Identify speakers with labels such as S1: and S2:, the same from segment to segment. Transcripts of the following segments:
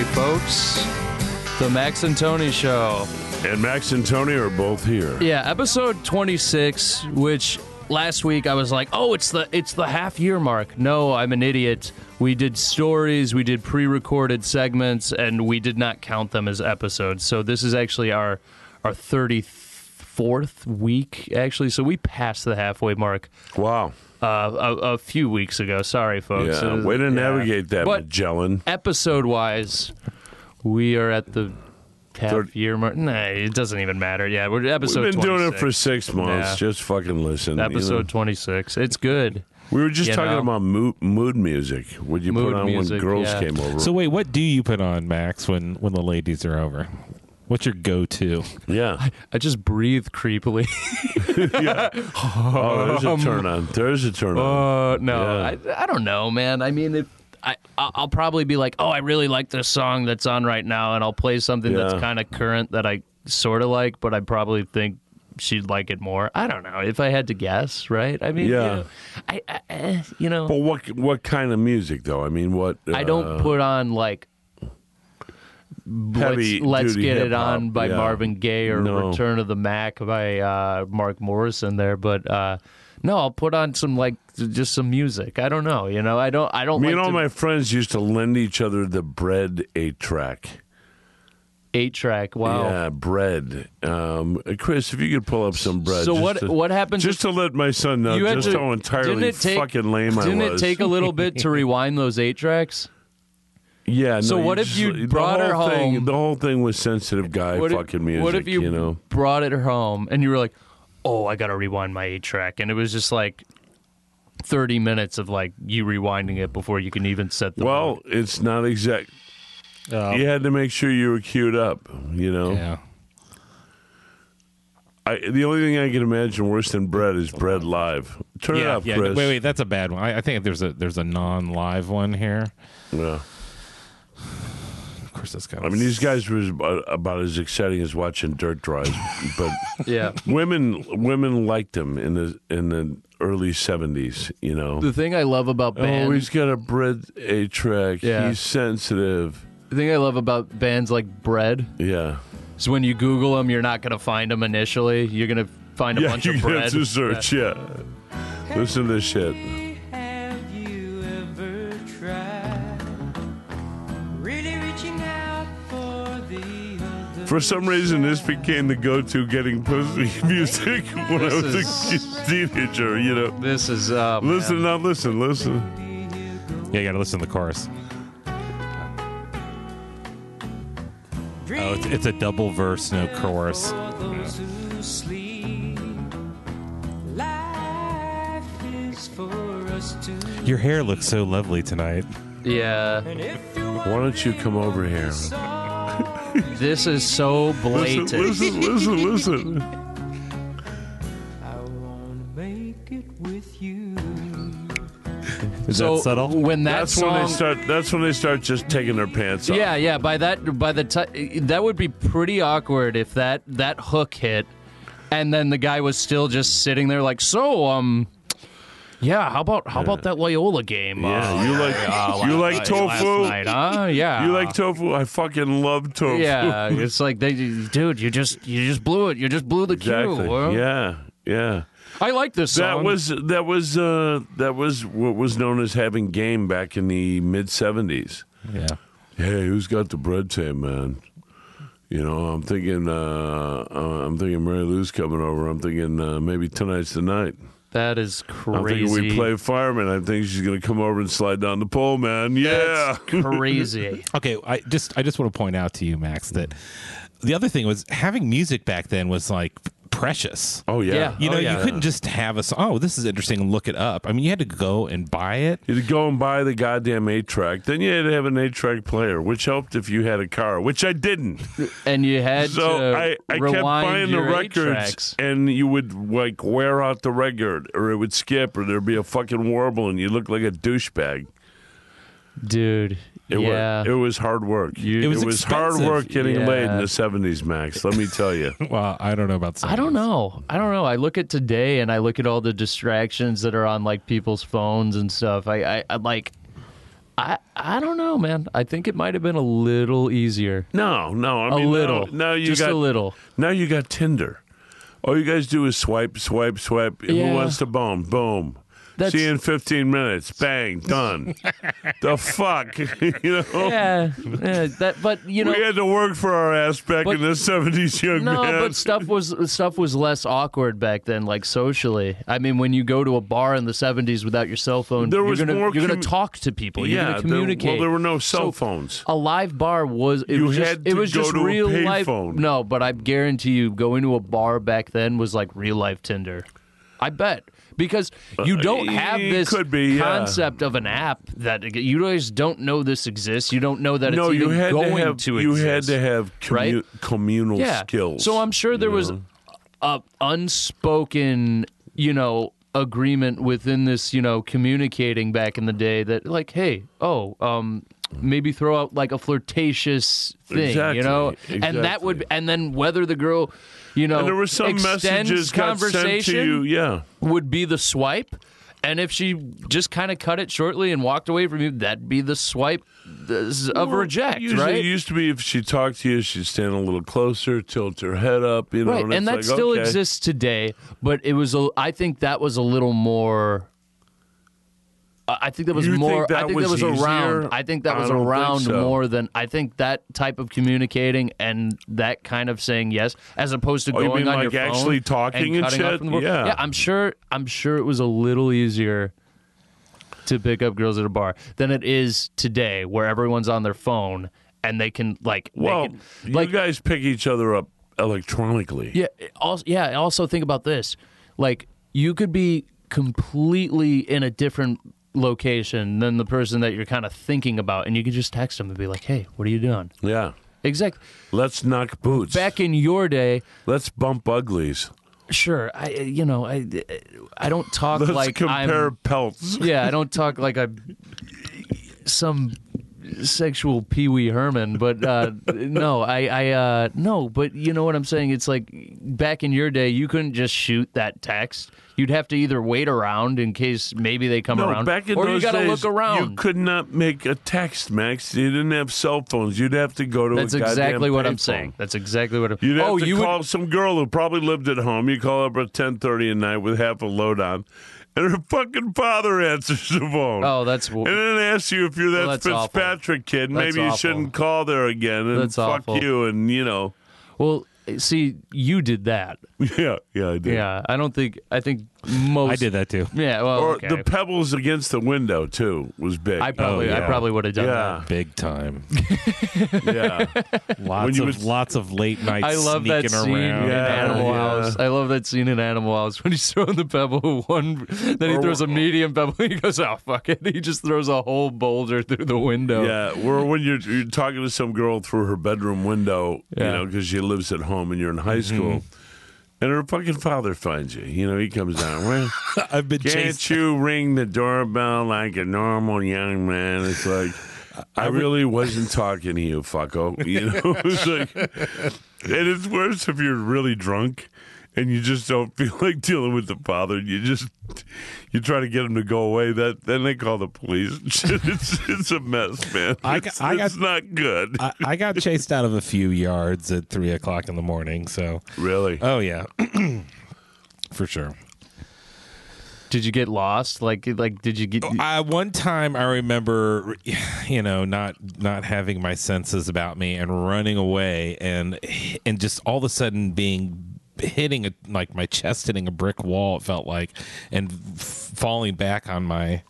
S1: folks. The Max and Tony Show.
S2: And Max and Tony are both here.
S1: Yeah, episode 26, which last week I was like, "Oh, it's the it's the half year mark." No, I'm an idiot. We did stories, we did pre-recorded segments, and we did not count them as episodes. So this is actually our our 34th week actually. So we passed the halfway mark
S2: Wow.
S1: uh, a, a few weeks ago. Sorry, folks. It
S2: Yeah.
S1: was-
S2: Way to
S1: Oh, yeah.
S2: navigate that,
S1: But-
S2: Magellan.
S1: episode wise, we are at the half
S2: Third-
S1: year mark. Nah, it doesn't even matter. Yeah, we're episode.
S2: We've been doing it
S1: 26.
S2: for six months.
S1: Yeah.
S2: Just fucking listen. you
S1: episode
S2: know.
S1: twenty six. It's good.
S2: We were just
S1: you
S2: talking
S1: know.
S2: about mood, mood music. What you
S1: Mood
S2: put on
S1: music,
S2: when girls
S1: yeah.
S2: came over.
S3: So wait, what do you put on, Max, when when the ladies are over? What's your go-to?
S2: yeah.
S1: I just breathe creepily.
S2: Oh, there's a turn on. There's a turn on.
S1: Uh, no,
S2: Yeah.
S1: I, I don't know, man. I mean, if I, I- I'll probably be like, oh, I really like this song that's on right now, and I'll play something that's
S2: Yeah.
S1: kind of current that I sort of like, but I probably think she'd like it more. I don't know if I had to guess, right? I mean,
S2: Yeah.
S1: you know, I, I eh, you know,
S2: But what what kind of music though? I mean, what?
S1: I don't put on like
S2: uh, heavy.
S1: Let's, let's
S2: duty
S1: get it
S2: hip-hop.
S1: on by
S2: Yeah.
S1: Marvin Gaye or
S2: No.
S1: Return of the Mac by uh, Mark Morrison there, but uh, no, I'll put on some like just some music. I don't know, you know, I don't, I don't.
S2: Me
S1: like
S2: and all
S1: to
S2: my friends used to lend each other the bread eight track.
S1: eight track. Wow.
S2: Yeah, bread. Um, Chris, if you could pull up some bread.
S1: So
S2: just
S1: what
S2: to-
S1: what happened?
S2: Just to let my son know
S1: you had
S2: just
S1: to-
S2: how entirely
S1: didn't it take-
S2: fucking lame I was.
S1: didn't it take a little bit to rewind those eight tracks?
S2: yeah.
S1: so
S2: no,
S1: what if
S2: just-
S1: you
S2: the
S1: brought her
S2: whole thing-
S1: home-
S2: The whole thing was sensitive guy
S1: What if-
S2: fucking music.
S1: What if you,
S2: you know?
S1: brought it home and you were like, "Oh, I got to rewind my eight track," and it was just like thirty minutes of like you rewinding it before you can even set the
S2: Well, it's not exact.
S3: Oh,
S2: You had to make sure you were queued up. You know,
S3: yeah.
S2: I, the only thing I can imagine worse than bread is bread live. Turn it
S1: Yeah,
S2: up,
S3: yeah.
S2: Chris.
S3: Wait, wait, that's a bad one. I, I think there's a there's a non-live one here.
S2: Yeah.
S3: Of course, that's kind
S2: I
S3: of.
S2: mean, these guys were about, about as exciting as watching dirt drives, but
S1: yeah.
S2: women women liked him in the in the early seventies. You know,
S1: The thing I love about bands,
S2: oh, he's got a bread a track.
S1: Yeah.
S2: He's sensitive.
S1: the thing I love about bands like Bread
S2: Yeah,
S1: is when you Google them, you're not gonna find them initially. You're gonna find a
S2: yeah,
S1: bunch
S2: you
S1: of
S2: can
S1: bread.
S2: have to search. Yeah, listen to this shit.
S4: Have you ever tried really reaching out for the other?
S2: For some reason, this became the go-to getting pussy music when I was a teenager. You know,
S1: This is uh, man.
S2: listen now, listen, listen.
S3: yeah, you gotta listen to the chorus. Oh, it's, it's a double verse, no chorus.
S4: For those who sleep, life is for us to.
S3: Your hair looks so lovely tonight.
S1: Yeah,
S4: And if you
S2: Why don't you come over here?
S1: this is so
S2: Listen,
S1: blatant.
S2: listen, listen, listen.
S4: I wanna make it with you.
S3: Is
S1: so
S3: that subtle?
S1: when that
S2: That's
S1: song
S2: when they start. That's when they start just taking their pants off.
S1: Yeah, yeah. By that, by the time that would be pretty awkward if that that hook hit, and then the guy was still just sitting there like, so um, yeah. How about how about that Loyola game? Oh,
S2: Yeah, you like you like
S1: uh, last
S2: tofu.
S1: night, huh? Yeah,
S2: You like tofu? I fucking love tofu.
S1: Uh, Yeah, it's like they, dude, you just you just blew it. You just blew the
S2: exactly.
S1: cue. Well,
S2: Yeah, yeah.
S1: I like this
S2: That
S1: song.
S2: was that was uh, that was what was known as having game back in the mid seventies.
S3: yeah.
S2: Hey, who's got the bread tape, man? You know, I'm thinking, uh, uh, I'm thinking Mary Lou's coming over. I'm thinking uh, maybe tonight's the night.
S1: that is
S2: I'm
S1: crazy.
S2: thinking we play fireman. I think she's gonna come over and slide down the pole, man. Yeah,
S1: That's crazy.
S3: Okay, I just I just want to point out to you, Max, that the other thing was having music back then was like precious.
S2: oh yeah.
S1: Yeah.
S3: You know,
S1: Oh, yeah.
S3: you couldn't just have a song. Oh, this is interesting. and Look it up. I mean, you had to go and buy it.
S2: You'd go and buy the goddamn eight track. Then you had to have an eight track player, which helped if you had a car, which I didn't.
S1: And you had
S2: So
S1: to
S2: I, I kept
S1: rewind
S2: buying the
S1: your eight
S2: records,
S1: tracks.
S2: and you would like wear out the record, or it would skip, or there'd be a fucking warble, and you look like a douchebag.
S1: dude.
S2: It
S1: yeah,
S2: was it was hard work.
S1: You-
S3: It was
S2: hard
S3: expensive.
S2: work getting
S1: Yeah.
S2: laid in the seventies, Max. Let me tell you.
S3: Well, I don't know about.
S1: I don't know. I don't know. I look at today and I look at all the distractions that are on like people's phones and stuff. I, I, I like I I don't know, man. I think it might have been a little easier.
S2: No, no. I
S1: A
S2: mean, now-
S1: little.
S2: Now, you
S1: just
S2: got
S1: a little.
S2: Now you got Tinder. All you guys do is swipe, swipe, swipe.
S1: Yeah.
S2: Who wants to bone? Boom.
S1: That's-
S2: See you in 15 minutes. Bang. Done. the fuck? you know?
S1: Yeah, yeah, that. But you know,
S2: we had to work for our ass back
S1: But-
S2: in the 70s, young
S1: No,
S2: man.
S1: but stuff was stuff was less awkward back then, like socially. I mean, when you go to a bar in the '70s without your cell phone,
S2: There
S1: you're
S2: was
S1: gonna,
S2: more
S1: you're gonna
S2: commu-
S1: talk to people. You're
S2: yeah,
S1: gonna
S2: there-
S1: communicate.
S2: well, there were no cell
S1: So, uh,
S2: phones.
S1: A live bar was it
S2: You
S1: was just
S2: had
S1: it
S2: to
S1: was
S2: go
S1: just
S2: to a
S1: real
S2: payphone.
S1: life. No, but I guarantee you, going to a bar back then was like real life Tinder. I bet because you don't have
S2: it
S1: this
S2: Uh, could be, yeah.
S1: concept of an app that you guys don't know this exists. You don't know that
S2: no,
S1: it's
S2: you
S1: even
S2: had
S1: going
S2: to have you
S1: exist
S2: had to have commu-
S1: right?
S2: communal
S1: yeah.
S2: skills.
S1: So I'm sure there was a unspoken, you know, agreement within this, you know, communicating back in the day that like, hey, oh, um, maybe throw out like a flirtatious thing,
S2: Exactly,
S1: you know, and that
S2: exactly.
S1: would, and then whether the girl, you know,
S2: and there were some
S1: extends
S2: messages got sent
S1: conversation
S2: to you. Yeah.
S1: would be the swipe. And if she just kind of cut it shortly and walked away from you, that'd be the swipe this- of
S2: Well,
S1: reject,
S2: usually
S1: right?
S2: It used to be if she talked to you, she'd stand a little closer, tilt her head up, you know,
S1: right,
S2: and,
S1: and that
S2: it's like,
S1: still
S2: okay.
S1: exists today, but it was a, I think that was a little more. I I think that was
S2: You think
S1: more. I
S2: that
S1: think
S2: was
S1: that was around.
S2: easier?
S1: I think that
S2: I
S1: was
S2: don't think
S1: around
S2: so.
S1: more than I think that type of communicating and that kind of saying yes, as opposed to
S2: Oh, you
S1: going
S2: mean
S1: on
S2: like
S1: your phone
S2: actually talking and
S1: cutting off
S2: shit?
S1: from the world.
S2: Yeah.
S1: yeah. I'm sure. I'm sure it was a little easier to pick up girls at a bar than it is today, where everyone's on their phone and they can like. they
S2: Well,
S1: can-
S2: you guys pick each other up electronically.
S1: yeah. it Also, yeah. and Also, think about this. Like, you could be completely in a different location than the person that you're kind of thinking about, and you could just text them and be like, "Hey, what are you doing?"
S2: Yeah.
S1: Exactly.
S2: Let's knock boots.
S1: Back in your day,
S2: Let's bump uglies.
S1: sure. I, you know, I, I don't talk
S2: Let's
S1: like
S2: compare
S1: I'm.
S2: pelts.
S1: Yeah, I don't talk like I'm some sexual Pee Wee Herman, but uh, no, I, I uh, no, but you know what I'm saying. It's like back in your day, you couldn't just shoot that text. You'd have to either wait around in case maybe they come
S2: No,
S1: around,
S2: back in
S1: or
S2: those
S1: you gotta
S2: days,
S1: look around.
S2: You could not make a text, Max. You didn't have cell phones. You'd have to go to.
S1: That's
S2: a goddamn
S1: exactly what I'm
S2: payphone.
S1: saying. That's exactly what I'm.
S2: You'd have
S1: oh,
S2: to
S1: you
S2: call
S1: would.
S2: some girl who probably lived at home. You call up at ten thirty at night with half a load on, and her fucking father answers the phone.
S1: Oh, that's w-
S2: and then asks you if you're that
S1: Well, that's awful.
S2: Fitzpatrick kid.
S1: That's
S2: Maybe you
S1: awful.
S2: shouldn't call there again. And
S1: That's
S2: fuck
S1: awful.
S2: you. And you know,
S1: well. See, you did that.
S2: yeah, yeah, I did.
S1: Yeah, I don't think. I think most.
S3: I did that too.
S1: Yeah. Well,
S2: Or
S1: okay.
S2: the pebbles against the window too was big.
S1: I probably.
S3: Oh,
S1: I
S3: yeah.
S1: probably would have done that.
S2: yeah,
S3: Big time.
S2: yeah. When
S3: Lots
S2: you
S3: of
S2: would-
S3: lots of late nights.
S1: I love that
S3: sneaking
S1: scene
S3: around.
S1: in
S2: Yeah,
S1: Animal
S2: yeah.
S1: House. I love that scene in Animal House when he's throwing the pebble one, then he
S2: Or-
S1: throws a medium pebble. He goes, "Oh fuck it!" He just throws a whole boulder through the window.
S2: Yeah, or when you're, you're talking to some girl through her bedroom window, you
S1: Yeah. Mm-hmm.
S2: know, because she lives at home and you're in high school, and her fucking father finds you. You know, he comes down. Well,
S3: I've been
S2: can't
S3: chased.
S2: you ring the doorbell like a normal young man? It's like. I really wasn't talking to you, fucko. You know, it's like, and it's worse if you're really drunk and you just don't feel like dealing with the father. And you just you try to get him to go away. That then they call the police. It's it's a mess, man.
S3: I
S2: it's,
S3: got- I got-
S2: it's not good.
S3: I, I got chased out of a few yards at three o'clock in the morning. So,
S2: really,
S3: oh yeah, for sure.
S1: Did you get lost? Like, like did you get?
S3: I one time I remember, you know, not not having my senses about me and running away and and just all of a sudden being hitting a, like my chest hitting a brick wall. It felt like and f- falling back on my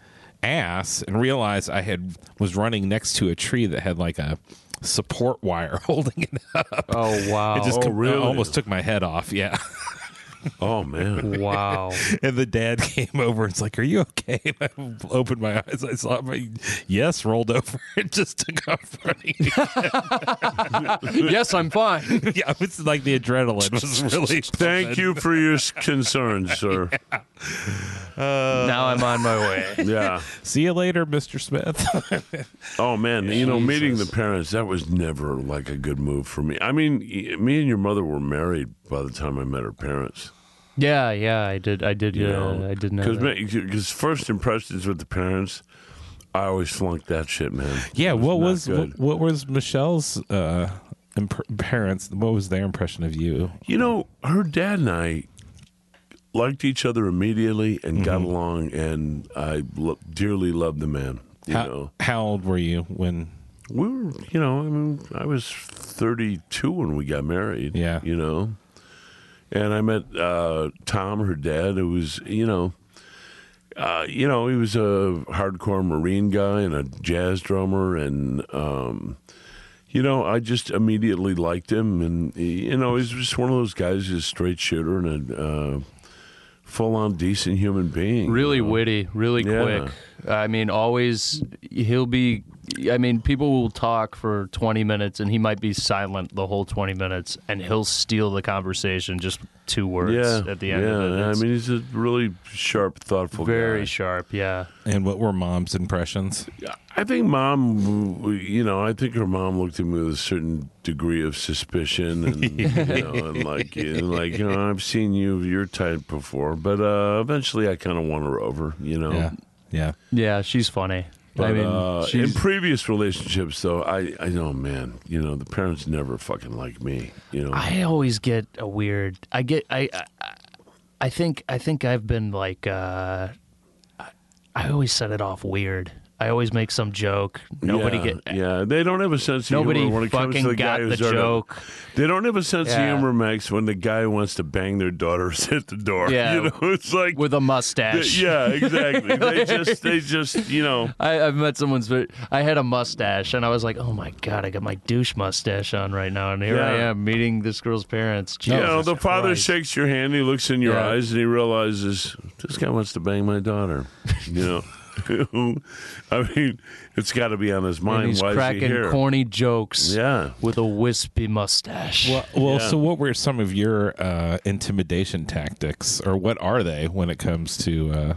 S3: ass and realized I had was running next to a tree that had like a support wire holding it up.
S1: oh wow!
S3: It just
S2: Oh,
S3: com-
S2: really?
S3: almost took my head off. Yeah.
S2: oh man,
S1: wow.
S3: And the dad came over and it's like, Are you okay? And I opened my eyes. I saw my yes rolled over and just took off running.
S1: yes, I'm fine.
S3: yeah, it was like the adrenaline was really.
S2: thank you for your s- concern, sir.
S1: now I'm on my way.
S2: Yeah.
S3: See you later, Mr. Smith.
S2: Oh man, you know, meeting the parents that was never like a good move for me. I mean, y- me and your mother were married by the time I met her parents.
S1: Yeah, yeah, I did. I did.
S2: You
S1: Yeah,
S2: know,
S1: I did know.
S2: because
S1: that.
S2: because first impressions with the parents I always slunk that shit, man.
S3: Yeah, what
S2: not
S3: was what,
S2: good.
S3: what was Michelle's uh, imp- parents? What was their impression of you?
S2: You know, her dad and I liked each other immediately and got
S1: Mm-hmm.
S2: along, and I lo- dearly loved the man. You
S3: how,
S2: know,
S3: how old were you when?
S2: we were, you know, I mean, I was 32 when we got married.
S3: Yeah.
S2: You know, and I met uh, Tom, her dad, who was, you know, uh, you know, he was a hardcore Marine guy and a jazz drummer, and um, you know, I just immediately liked him, and he- you know, he's just one of those guys, who's a straight shooter and a uh, full-on decent human being.
S1: Really witty, really
S2: Yeah.
S1: quick. I mean, always he'll be. I mean, people will talk for 20 minutes and he might be silent the whole 20 minutes and he'll steal the conversation just two words
S2: Yeah,
S1: at the end
S2: yeah.
S1: of it. It's
S2: I mean, he's a really sharp, thoughtful,
S1: very
S2: guy.
S1: sharp, yeah.
S3: And what were mom's impressions?
S2: I think mom, you know, I think her mom looked at me with a certain degree of suspicion, and you know, and like, and like you know, I've seen you, your type before, but uh, eventually, I kind of won her over, you know.
S3: Yeah, yeah.
S1: Yeah, she's funny.
S2: But,
S1: I mean,
S2: uh, in
S1: she's,
S2: previous relationships, though, I, I know, man, you know, the parents never fucking like me, you know.
S1: I always get a weird. I get. I. I, I think. I think I've been like. Uh, I- I always set it off weird. I always make some joke. Nobody
S2: yeah,
S1: get.
S2: yeah, they don't have a sense of
S1: Nobody
S2: humor when it comes
S1: fucking
S2: to the
S1: got
S2: guy
S1: the
S2: who's there to-
S1: joke.
S2: They don't have a sense
S1: Yeah.
S2: of humor, Max, when the guy who wants to bang their daughters at the door.
S1: Yeah.
S2: You know, it's like
S1: with a mustache.
S2: Yeah, exactly. they just, they just, you know.
S1: I, I've met someone's. very- I had a mustache, and I was like, "Oh my god, I got my douche mustache on right now, and here I
S2: Yeah.
S1: am meeting this girl's parents."
S2: You
S1: Jesus
S2: know, the father
S1: Christ.
S2: shakes your hand, he looks in your
S1: Yeah.
S2: eyes, and he realizes this guy wants to bang my daughter. You know, I mean, it's got to be on his mind.
S1: and he's
S2: Why is he
S1: cracking
S2: here?
S1: corny jokes.
S2: Yeah.
S1: with a wispy mustache.
S3: Well, well
S2: Yeah.
S3: so what were some of your uh, intimidation tactics, or what are they when it comes to uh,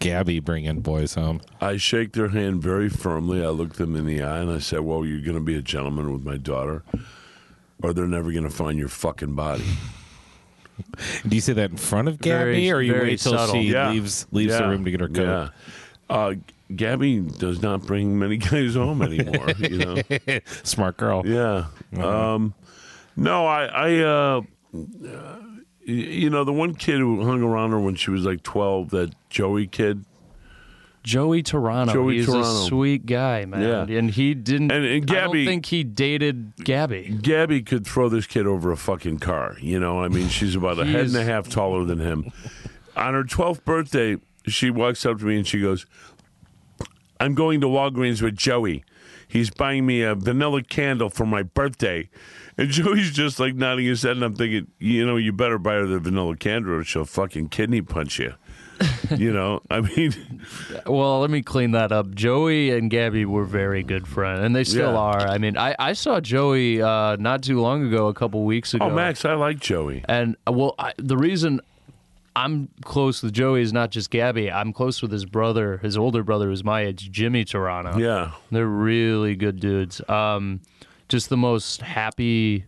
S3: Gabby bringing boys home?
S2: I shake their hand very firmly. I look them in the eye and I say, "Well, you're going to be a gentleman with my daughter, or they're never going to find your fucking body."
S3: Do you say that in front of Gabby,
S1: Very-
S3: or you
S1: very
S3: wait till
S1: subtle.
S3: she
S2: Yeah.
S3: leaves leaves the
S2: Yeah.
S3: room to get her coat?
S2: Yeah. Uh, Gabby does not bring many guys home anymore. you know.
S3: Smart girl.
S2: Yeah. Um, no, I, I, uh, y- you know, the one kid who hung around her when she was like twelve, that Joey kid,
S1: Joey Toronto.
S2: Joey
S1: he's
S2: Toronto.
S1: a sweet guy, man.
S2: Yeah.
S1: And he didn't.
S2: And- and
S1: I
S2: Gabby-
S1: don't think he dated Gabby.
S2: Gabby could throw this kid over a fucking car. You know, I mean, she's about a
S1: He
S2: head
S1: is-
S2: and a half taller than him. On her 12th birthday, she walks up to me and she goes, I'm going to Walgreens with Joey. He's buying me a vanilla candle for my birthday. And Joey's just like nodding his head, and I'm thinking, you know, you better buy her the vanilla candle or she'll fucking kidney punch you. you know, I mean,
S1: Well, let me clean that up. Joey and Gabby were very good friends, and they still
S2: Yeah.
S1: are. I mean, I, I saw Joey uh, not too long ago, a couple weeks ago.
S2: oh, Max, I like Joey.
S1: And uh, well, I, the reason I'm close with Joey is not just Gabby. I'm close with his brother, his older brother, who's my age, Jimmy Toronto.
S2: Yeah.
S1: They're really good dudes. Um, just the most happy,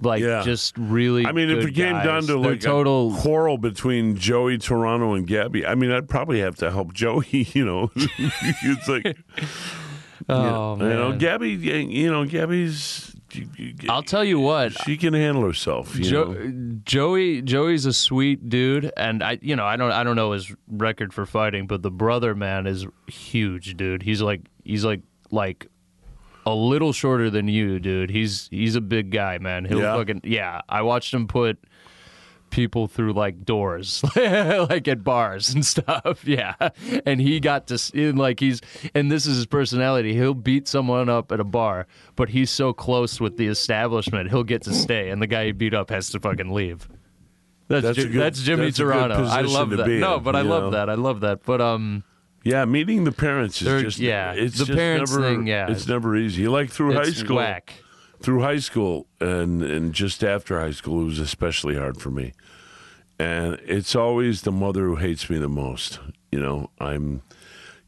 S1: like
S2: Yeah.
S1: just really.
S2: I mean, if
S1: good
S2: it came
S1: guys.
S2: down to
S1: They're
S2: like
S1: total
S2: a quarrel between Joey Toronto and Gabby, I mean, I'd probably have to help Joey. You know, it's like
S1: Oh
S2: you know,
S1: man.
S2: Gabby. You know, Gabby's.
S1: I'll tell you what.
S2: She can handle herself. You
S1: Jo-
S2: know?
S1: Joey Joey's a sweet dude and I you know I don't I don't know his record for fighting but the brother man is huge dude. He's like he's like like a little shorter than you dude. He's he's a big guy man. He'll
S2: Yeah?
S1: fucking yeah. I watched him put people through like doors like at bars and stuff yeah and he got to s- in like he's and this is his personality he'll beat someone up at a bar but he's so close with the establishment he'll get to stay and the guy he beat up has to fucking leave that's
S2: That's
S1: Ji-
S2: a good-
S1: that's Jimmy
S2: that's a good
S1: Toronto I
S2: position
S1: love
S2: to
S1: that
S2: be
S1: no
S2: in,
S1: but I
S2: you
S1: love
S2: know?
S1: that I love that but um
S2: Yeah, meeting the parents is
S1: They're-
S2: just
S1: yeah,
S2: It's
S1: the
S2: just
S1: parents
S2: never,
S1: thing, yeah.
S2: it's never easy. Like through high
S1: it's
S2: school,
S1: whack
S2: through high school and and just after high school it was especially hard for me and it's always the mother who hates me the most you know i'm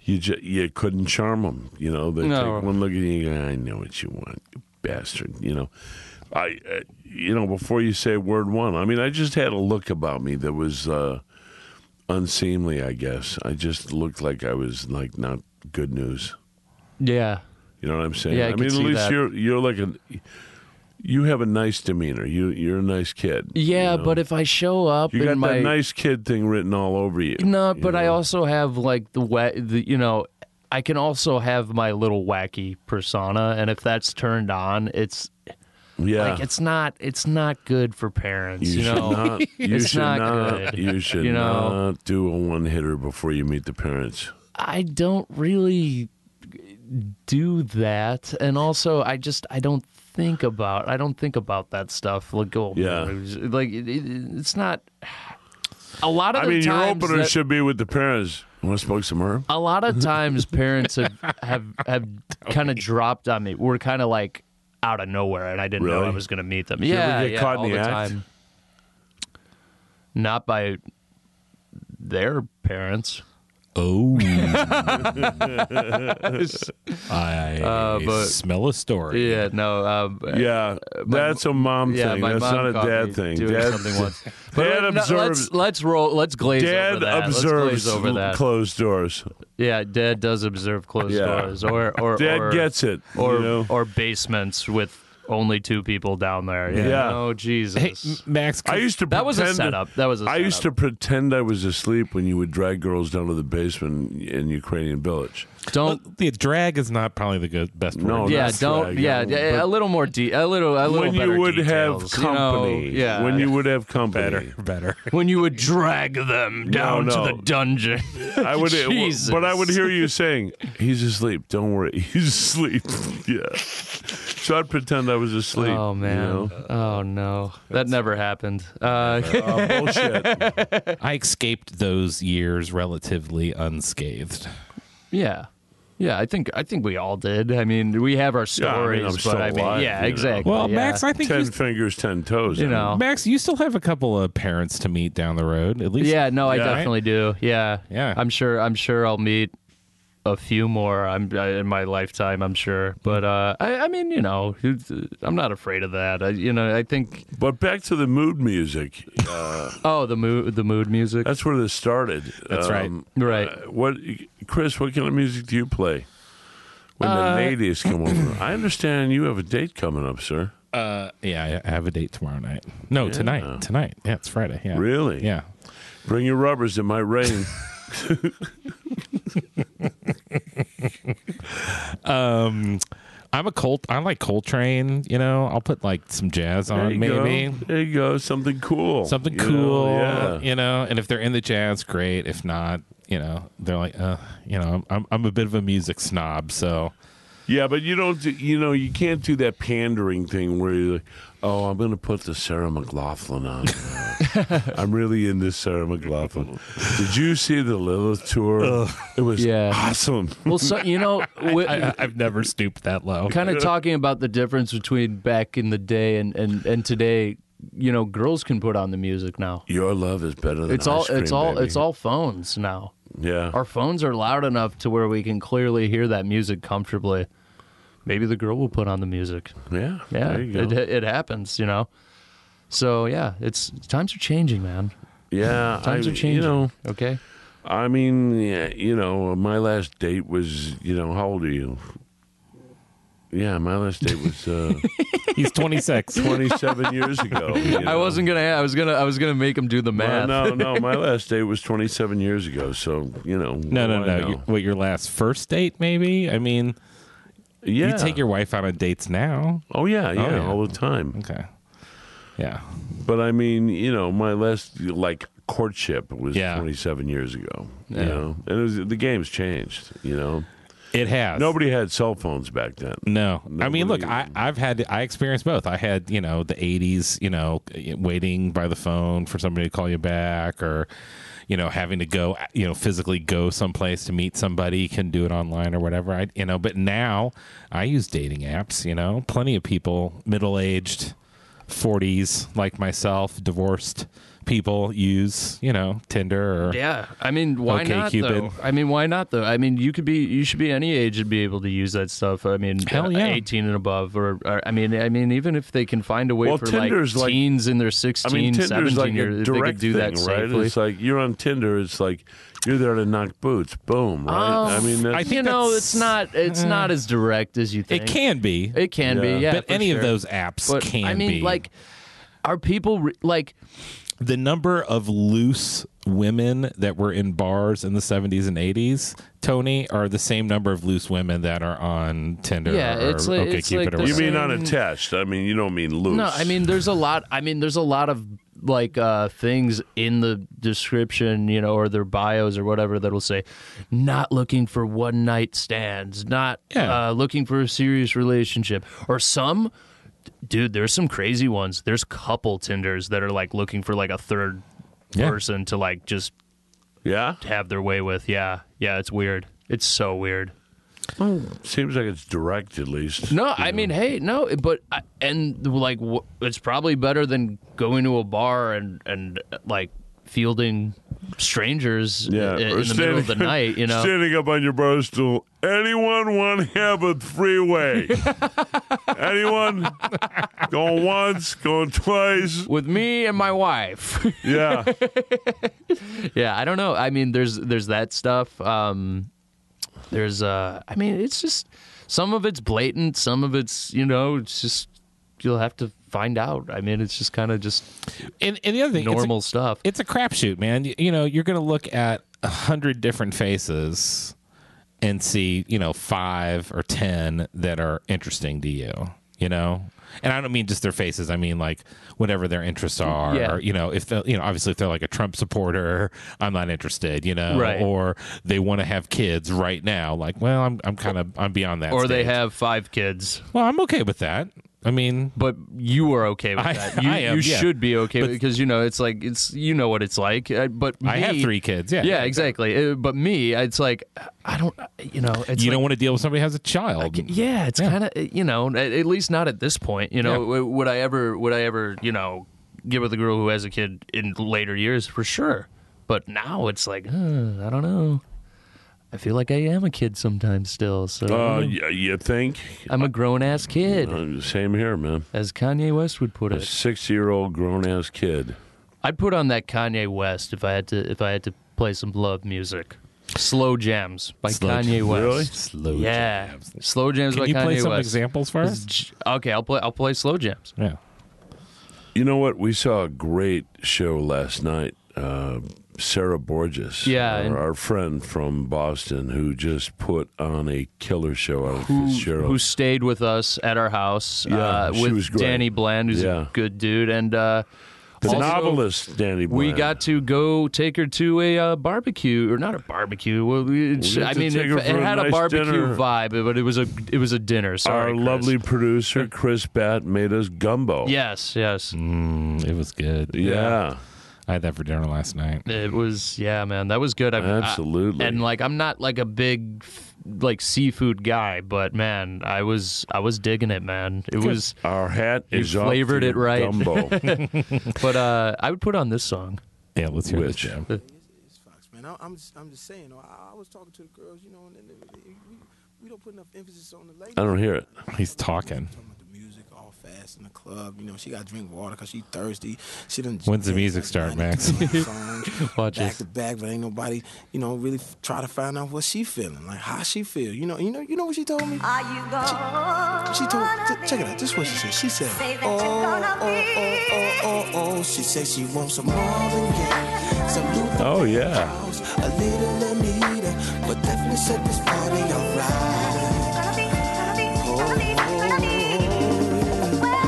S2: you ju- you couldn't charm them you know they
S1: No.
S2: take one look at you and go, i know what you want you bastard you know i uh, you know before you say word one i mean i just had a look about me that was uh unseemly i guess i just looked like i was like not good news.
S1: Yeah.
S2: You know what I'm saying?
S1: Yeah, I
S2: I
S1: could
S2: mean, at
S1: see
S2: least
S1: that.
S2: you're you're like a you have a nice demeanor. You you're a nice kid.
S1: Yeah,
S2: you know?
S1: but if I show up
S2: you
S1: in
S2: got
S1: my
S2: that nice kid thing written all over you.
S1: no,
S2: you
S1: but I
S2: know?
S1: also have like the wet, the, you know, I can also have my little wacky persona, and if that's turned on, it's
S2: yeah.
S1: like it's not it's not good for parents, you,
S2: you, should
S1: know.
S2: not. You
S1: It's
S2: should
S1: not
S2: not.
S1: good,
S2: You should
S1: you know?
S2: not do a one hitter before you meet the parents.
S1: I don't really do that, and also I just I don't think about I don't think about that stuff. Like oh,
S2: Yeah.
S1: like it, it, it's not a lot of
S2: I
S1: the
S2: mean, your
S1: times
S2: opener
S1: that-
S2: should be with the parents. Want to smoke some herb?
S1: a lot of times parents have have, have kind of dropped on me. We're kind of like out of nowhere, and I didn't know I
S2: Really?
S1: was going to meet them.
S2: ever
S1: yeah,
S2: get
S1: yeah,
S2: caught in
S1: all
S2: the
S1: the
S2: act?
S1: time. Not by their parents.
S3: Oh,
S1: yeah,
S2: Uh,
S3: I
S1: but-
S3: smell a story.
S1: no, um,
S2: Yeah, that's a mom
S1: yeah,
S2: thing.
S1: my
S2: That's
S1: mom
S2: not a
S1: caught me
S2: dad thing.
S1: Doing
S2: Dad,
S1: something once.
S2: dad
S1: let- no,
S2: observes.
S1: Let's, let's roll. Let's glaze
S2: dad
S1: over that. Let's glaze
S2: observes
S1: over that.
S2: closed doors.
S1: yeah, dad does observe closed
S2: Yeah.
S1: doors, or or
S2: Dad
S1: or,
S2: gets it.
S1: or
S2: you know?
S1: or basements with only two people down there. you
S2: Yeah.
S1: know?
S3: Oh,
S1: Jesus.
S3: Hey, M- Max,
S2: I used to.
S1: that was a
S2: pretend-
S1: setup. That was a
S2: I
S1: setup.
S2: used to pretend I was asleep when you would drag girls down to the basement in Ukrainian village.
S1: don't.
S3: the drag is not probably the good, best word.
S2: No, Oh,
S1: yeah,
S2: that's
S1: don't.
S2: right.
S1: Yeah,
S2: Yeah,
S1: yeah, a little more deep. A little. A little
S2: when
S1: better
S2: you would have
S1: details, you know?
S2: company.
S1: yeah.
S2: When you would have company.
S3: better, better.
S1: when you would drag them down
S2: no.
S1: to the dungeon.
S2: I would,
S1: Jesus.
S2: but I would hear you saying, "He's asleep. Don't worry, he's asleep." yeah. So I'd pretend I was asleep.
S1: Oh
S2: you
S1: man!
S2: know?
S1: Oh no! That never happened. Uh,
S2: Uh, bullshit.
S3: I escaped those years relatively unscathed.
S1: yeah, yeah. I think I think we all did. I mean, we have our
S2: Yeah, I mean,
S1: stories,
S2: I'm
S1: but
S2: still
S1: I mean,
S2: alive, you
S1: yeah,
S2: know.
S1: exactly.
S3: Well,
S1: yeah.
S3: Max, I think
S2: ten
S3: you-
S2: fingers, ten toes.
S1: you
S2: I mean,
S1: know,
S3: Max, you still have a couple of parents to meet down the road, at least.
S1: Yeah, no, I
S2: Yeah.
S1: definitely do. Yeah,
S3: Yeah.
S1: I'm sure. I'm sure I'll meet a few more. I'm I, in my lifetime. I'm sure. But uh, I, I mean, you know, it's- uh, I'm not afraid of that. I, you know, I think.
S2: But back to the mood music.
S1: Oh, the mood, the mood music.
S2: That's where this started.
S3: That's right.
S1: right.
S2: uh, What, Chris? What kind of music do you play when
S1: Uh,
S2: the ladies come over? I understand you have a date coming up, sir.
S3: Uh, yeah, I I have a date tomorrow night. No, tonight. Tonight. Yeah, it's Friday. Yeah.
S2: Really?
S3: Yeah.
S2: Bring your rubbers. It might rain.
S3: Um, I'm a Colt. I like Coltrane. You know, I'll put like some jazz
S1: Uh,
S2: There you
S3: on, maybe
S2: go. There you go. Something cool.
S3: something
S2: You know,
S3: cool.
S2: yeah.
S3: You know, and if they're in the jazz, great. If not, you know, they're like, uh, you know, I'm- I'm I'm a bit of a music snob, so
S2: Yeah, but you don't. do- You know, you can't do that pandering thing where you're like, "Oh, I'm going to put the Sarah McLaughlin on. I'm really into Sarah McLaughlin. Did you see the Lilith tour? It was
S1: Yeah.
S2: awesome.
S1: well, so you know, wi-
S3: I, I've never stooped that low.
S1: kind of talking about the difference between back in the day and and and today. You know, girls can put on the music now.
S2: Your love is better than
S1: It's all.
S2: ice cream,
S1: It's all.
S2: baby.
S1: It's all phones now.
S2: Yeah,
S1: our phones are loud enough to where we can clearly hear that music comfortably. Maybe the girl will put on the music.
S2: yeah,
S1: Yeah,
S2: There you go.
S1: it it happens, you know. So yeah, it's times are changing, man.
S2: yeah,
S1: Times
S2: I,
S1: are changing.
S2: You know,
S1: okay.
S2: I mean, yeah, you know, my last date was, you know, how old are you? Yeah, my last date was uh,
S3: He's 26.
S2: 27 years ago. you
S1: I
S2: know.
S1: wasn't gonna. I was gonna. I was gonna make him do the
S2: Well,
S1: math.
S2: no, no, my last date was 27 years ago, so you know.
S3: No, no,
S2: I
S3: no.
S2: know.
S3: You- What your last first date? Maybe. I mean,
S2: yeah.
S3: you take your wife out on dates now.
S2: Oh yeah, yeah,
S3: yeah.
S2: all the time.
S3: Okay. Yeah.
S2: But I mean, you know, my last like courtship was
S3: Yeah.
S2: 27 years ago.
S3: Yeah.
S2: You know, and it was, the game's changed. You know,
S3: It has.
S2: nobody had cell phones back then.
S3: No. I mean, look, I,
S2: Nobody-
S3: I've had, I experienced both. I had, you know, the 80s, you know, waiting by the phone for somebody to call you back or, you know, having to go, you know, physically go someplace to meet somebody. You can do it online or whatever. I, you know, but now I use dating apps, you know, plenty of people, middle aged, 40s, like myself, divorced people use, you know, Tinder or
S1: Yeah, I mean, why
S3: Okay,
S1: not
S3: Cupid.
S1: though? I mean, why not though? I mean, you could be, you should be any age and be able to use that stuff. I mean,
S3: Hell
S1: uh,
S3: yeah.
S1: eighteen and above, or, or I mean, I mean, even if they can find a way
S2: Well,
S1: for
S2: Tinder's
S1: like
S2: like-
S1: teens in their
S2: I
S1: 16,
S2: mean, Tinder's
S1: 17
S2: like
S1: years,
S2: a
S1: if they could
S2: direct
S1: do
S2: thing,
S1: that
S2: right?
S1: safely.
S2: It's like you're on Tinder. It's like you're there to knock boots. Boom,
S1: Oh,
S2: right? I mean, that's,
S3: I
S1: you
S3: think
S1: know,
S3: that's-
S1: it's not, it's not as direct as you think.
S3: it can be.
S1: it can
S2: Yeah.
S1: be, yeah.
S3: but
S1: for
S3: any
S1: sure.
S3: of those apps
S1: but
S3: can
S1: I mean,
S3: be.
S1: like, are people re- like?
S3: the number of loose women that were in bars in the 70s and 80s, Tony, are the same number of loose women that are on Tinder
S1: Yeah,
S3: or
S1: it's like-
S3: OK
S1: it's
S3: Cupid
S1: like
S3: or
S1: the
S2: you
S3: whatever.
S1: same-
S2: mean unattached. I mean, you don't mean loose.
S1: No, I mean there's a lot. I mean there's a lot of like uh, things in the description, you know, or their bios or whatever that'll say, not looking for one night stands, not
S3: Yeah.
S1: uh, looking for a serious relationship, or some. Dude, there's some crazy ones. There's couple Tinders that are like looking for like a third
S3: Yeah.
S1: person to like just
S2: yeah,
S1: have their way with. Yeah, yeah, it's weird. It's so weird.
S2: seems like it's direct at least.
S1: No, I mean, hey, no, but I- and like wh- it's probably better than going to a bar and and like fielding strangers
S2: Yeah,
S1: i- in,
S2: or
S1: the middle of the
S2: standing-
S1: night. You know,
S2: Standing up on your bar stool. Anyone want have a freeway? Anyone going once, going twice?
S1: with me and my wife.
S2: Yeah.
S1: yeah, I don't know. I mean, there's there's that stuff. Um, there's uh, I mean, it's just some of it's blatant, some of it's you know, it's just you'll have to find out. I mean, it's just kind of just
S3: and, and the other thing, it's a-
S1: normal stuff.
S3: it's a crapshoot, man. You, you know, you're going to look at a hundred different faces and see, you know, five or ten that are interesting to you. You know, and I don't mean just their faces. I mean like whatever their interests are.
S1: Yeah.
S3: Or, you know, if they, you know, obviously if they're like a Trump supporter, I'm not interested. You know,
S1: Right.
S3: or they want to have kids right now. Like, well, I'm I'm kind of I'm beyond that.
S1: or they
S3: stage.
S1: have five kids.
S3: Well, I'm okay with that. I mean,
S1: but you are okay with
S3: I-
S1: that. You,
S3: I am,
S1: you
S3: yeah.
S1: should be okay
S3: But-
S1: with because you know it's like it's you know what it's like. Uh, But
S3: I have
S1: me-
S3: three kids. Yeah,
S1: Yeah, exactly. Uh, But me, it's like I don't. uh, You know, it's
S3: You
S1: like,
S3: don't want to deal with somebody who has a child.
S1: yeah, it's kind of you know at, at least not at this point. You know,
S3: Yeah.
S1: W- would I ever would I ever you know get with a girl who has a kid in later years for sure? But now it's like uh, I don't know. I feel like I am a kid sometimes still. So
S2: Uh, y- you think?
S1: I'm a grown ass kid,
S2: Uh, Same here, man.
S1: as Kanye West would put
S2: A
S1: it.
S2: six-year-old grown-ass kid.
S1: I'd put on that Kanye West if I had to if I had to play some love music. Slow Jams by
S3: Slow
S1: Kanye
S3: Jams.
S1: West.
S3: Slow
S1: yeah. Slow Jams by
S3: Can you
S1: Kanye
S3: play some
S1: West.
S3: examples for us?
S1: J- Okay, I'll play I'll play Slow Jams.
S3: Yeah.
S2: You know what? We saw a great show last night. Uh, Sarah Borges,
S1: Yeah, and-
S2: our, our friend from Boston, who just put on a killer show out of
S1: Who,
S2: Fitzgerald.
S1: who stayed with us at our house
S2: Yeah,
S1: uh,
S2: she
S1: with
S2: was great.
S1: Danny Bland, who's
S2: Yeah.
S1: a good dude, and uh,
S2: the
S1: also,
S2: novelist Danny Bland.
S1: We got to go take her to a uh, barbecue, or not a barbecue. Well, we,
S2: We got
S1: I
S2: to
S1: mean,
S2: take
S1: it,
S2: her
S1: it
S2: for a
S1: had a
S2: nice
S1: barbecue
S2: dinner.
S1: vibe, but it was a it was a dinner. Sorry,
S2: Our
S1: Chris.
S2: lovely producer Chris Batt made us gumbo.
S1: Yes, yes.
S3: Mm, it was good.
S2: yeah,
S3: I had that for dinner last night.
S1: It was yeah, man. That was good. I,
S2: Absolutely.
S1: I- and like, I'm not like a big f- like seafood guy, but man, I was I was digging it, man. It was.
S2: Our hat
S1: You
S2: is off
S1: flavored
S2: to
S1: it right.
S2: Gumbo.
S1: But uh, I would put on this song.
S3: Yeah, let's hear
S2: Which?
S3: this. Jim.
S5: It's Fox, man. I, I'm just, I'm just saying. though, I, I was talking to the girls, you know, and, and, and we, we don't put enough emphasis on the ladies.
S2: I
S3: Uh,
S2: don't hear it.
S3: He's talking.
S5: Talking about the music all fast in the club. You know, she got to drink water because she thirsty. She done
S3: When's the music start, Max?
S1: Watch
S5: Watch back
S1: this.
S5: to back, but ain't nobody, you know, really f- try to find out what she feeling, like how she feel. You know, you know, you know what she told me.
S6: Are you gonna
S5: She told, t- check it out. This is what she said. She said,
S6: Say that
S5: oh,
S6: you're
S5: oh,
S6: gonna
S5: oh, oh, oh, oh. She said she wants some Marvin Gaye, some Luther
S2: Oh, yeah.
S5: Vandross, a little Anita, but definitely set this party alright.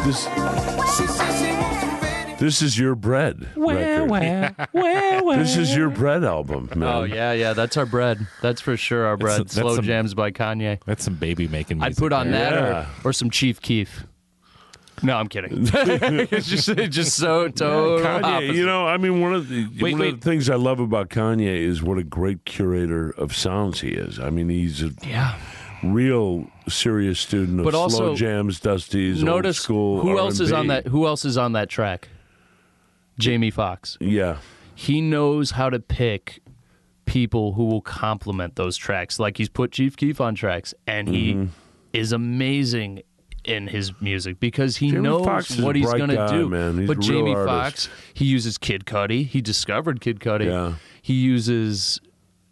S2: This
S5: She said she wants some Betty.
S2: this is your bread record. This is your bread album, man.
S1: Oh yeah, yeah. That's our bread. That's for sure our bread.
S3: that's
S1: Slow
S3: some-
S1: jams by Kanye.
S3: That's some baby making
S1: I'd
S3: music.
S1: put on
S3: there.
S1: that
S2: Yeah.
S1: or, or some Chief Keef. No, I'm kidding. it's just it's just so total
S2: Kanye,
S1: opposite.
S2: you know, I mean, one of the
S3: Wait,
S2: one
S3: wait.
S2: of the things I love about Kanye is what a great curator of sounds he is. I mean, he's a
S1: yeah.
S2: real serious student of
S1: But
S2: slow
S1: also,
S2: jams, dusties, old
S1: Notice
S2: school.
S1: who else is on
S2: R&B.
S1: that? Who else is on that track? Jamie Foxx.
S2: Yeah.
S1: He knows how to pick people who will complement those tracks. Like he's put Chief Keef on tracks, and
S2: Mm-hmm.
S1: he is amazing in his music because he
S2: Jamie
S1: knows
S2: Foxx is a
S1: what he's
S2: bright
S1: going to
S2: guy,
S1: do.
S2: man. He's
S1: but
S2: a real
S1: Jamie Foxx,
S2: artist.
S1: he uses Kid Cudi. He discovered Kid Cudi.
S2: Yeah.
S1: He uses.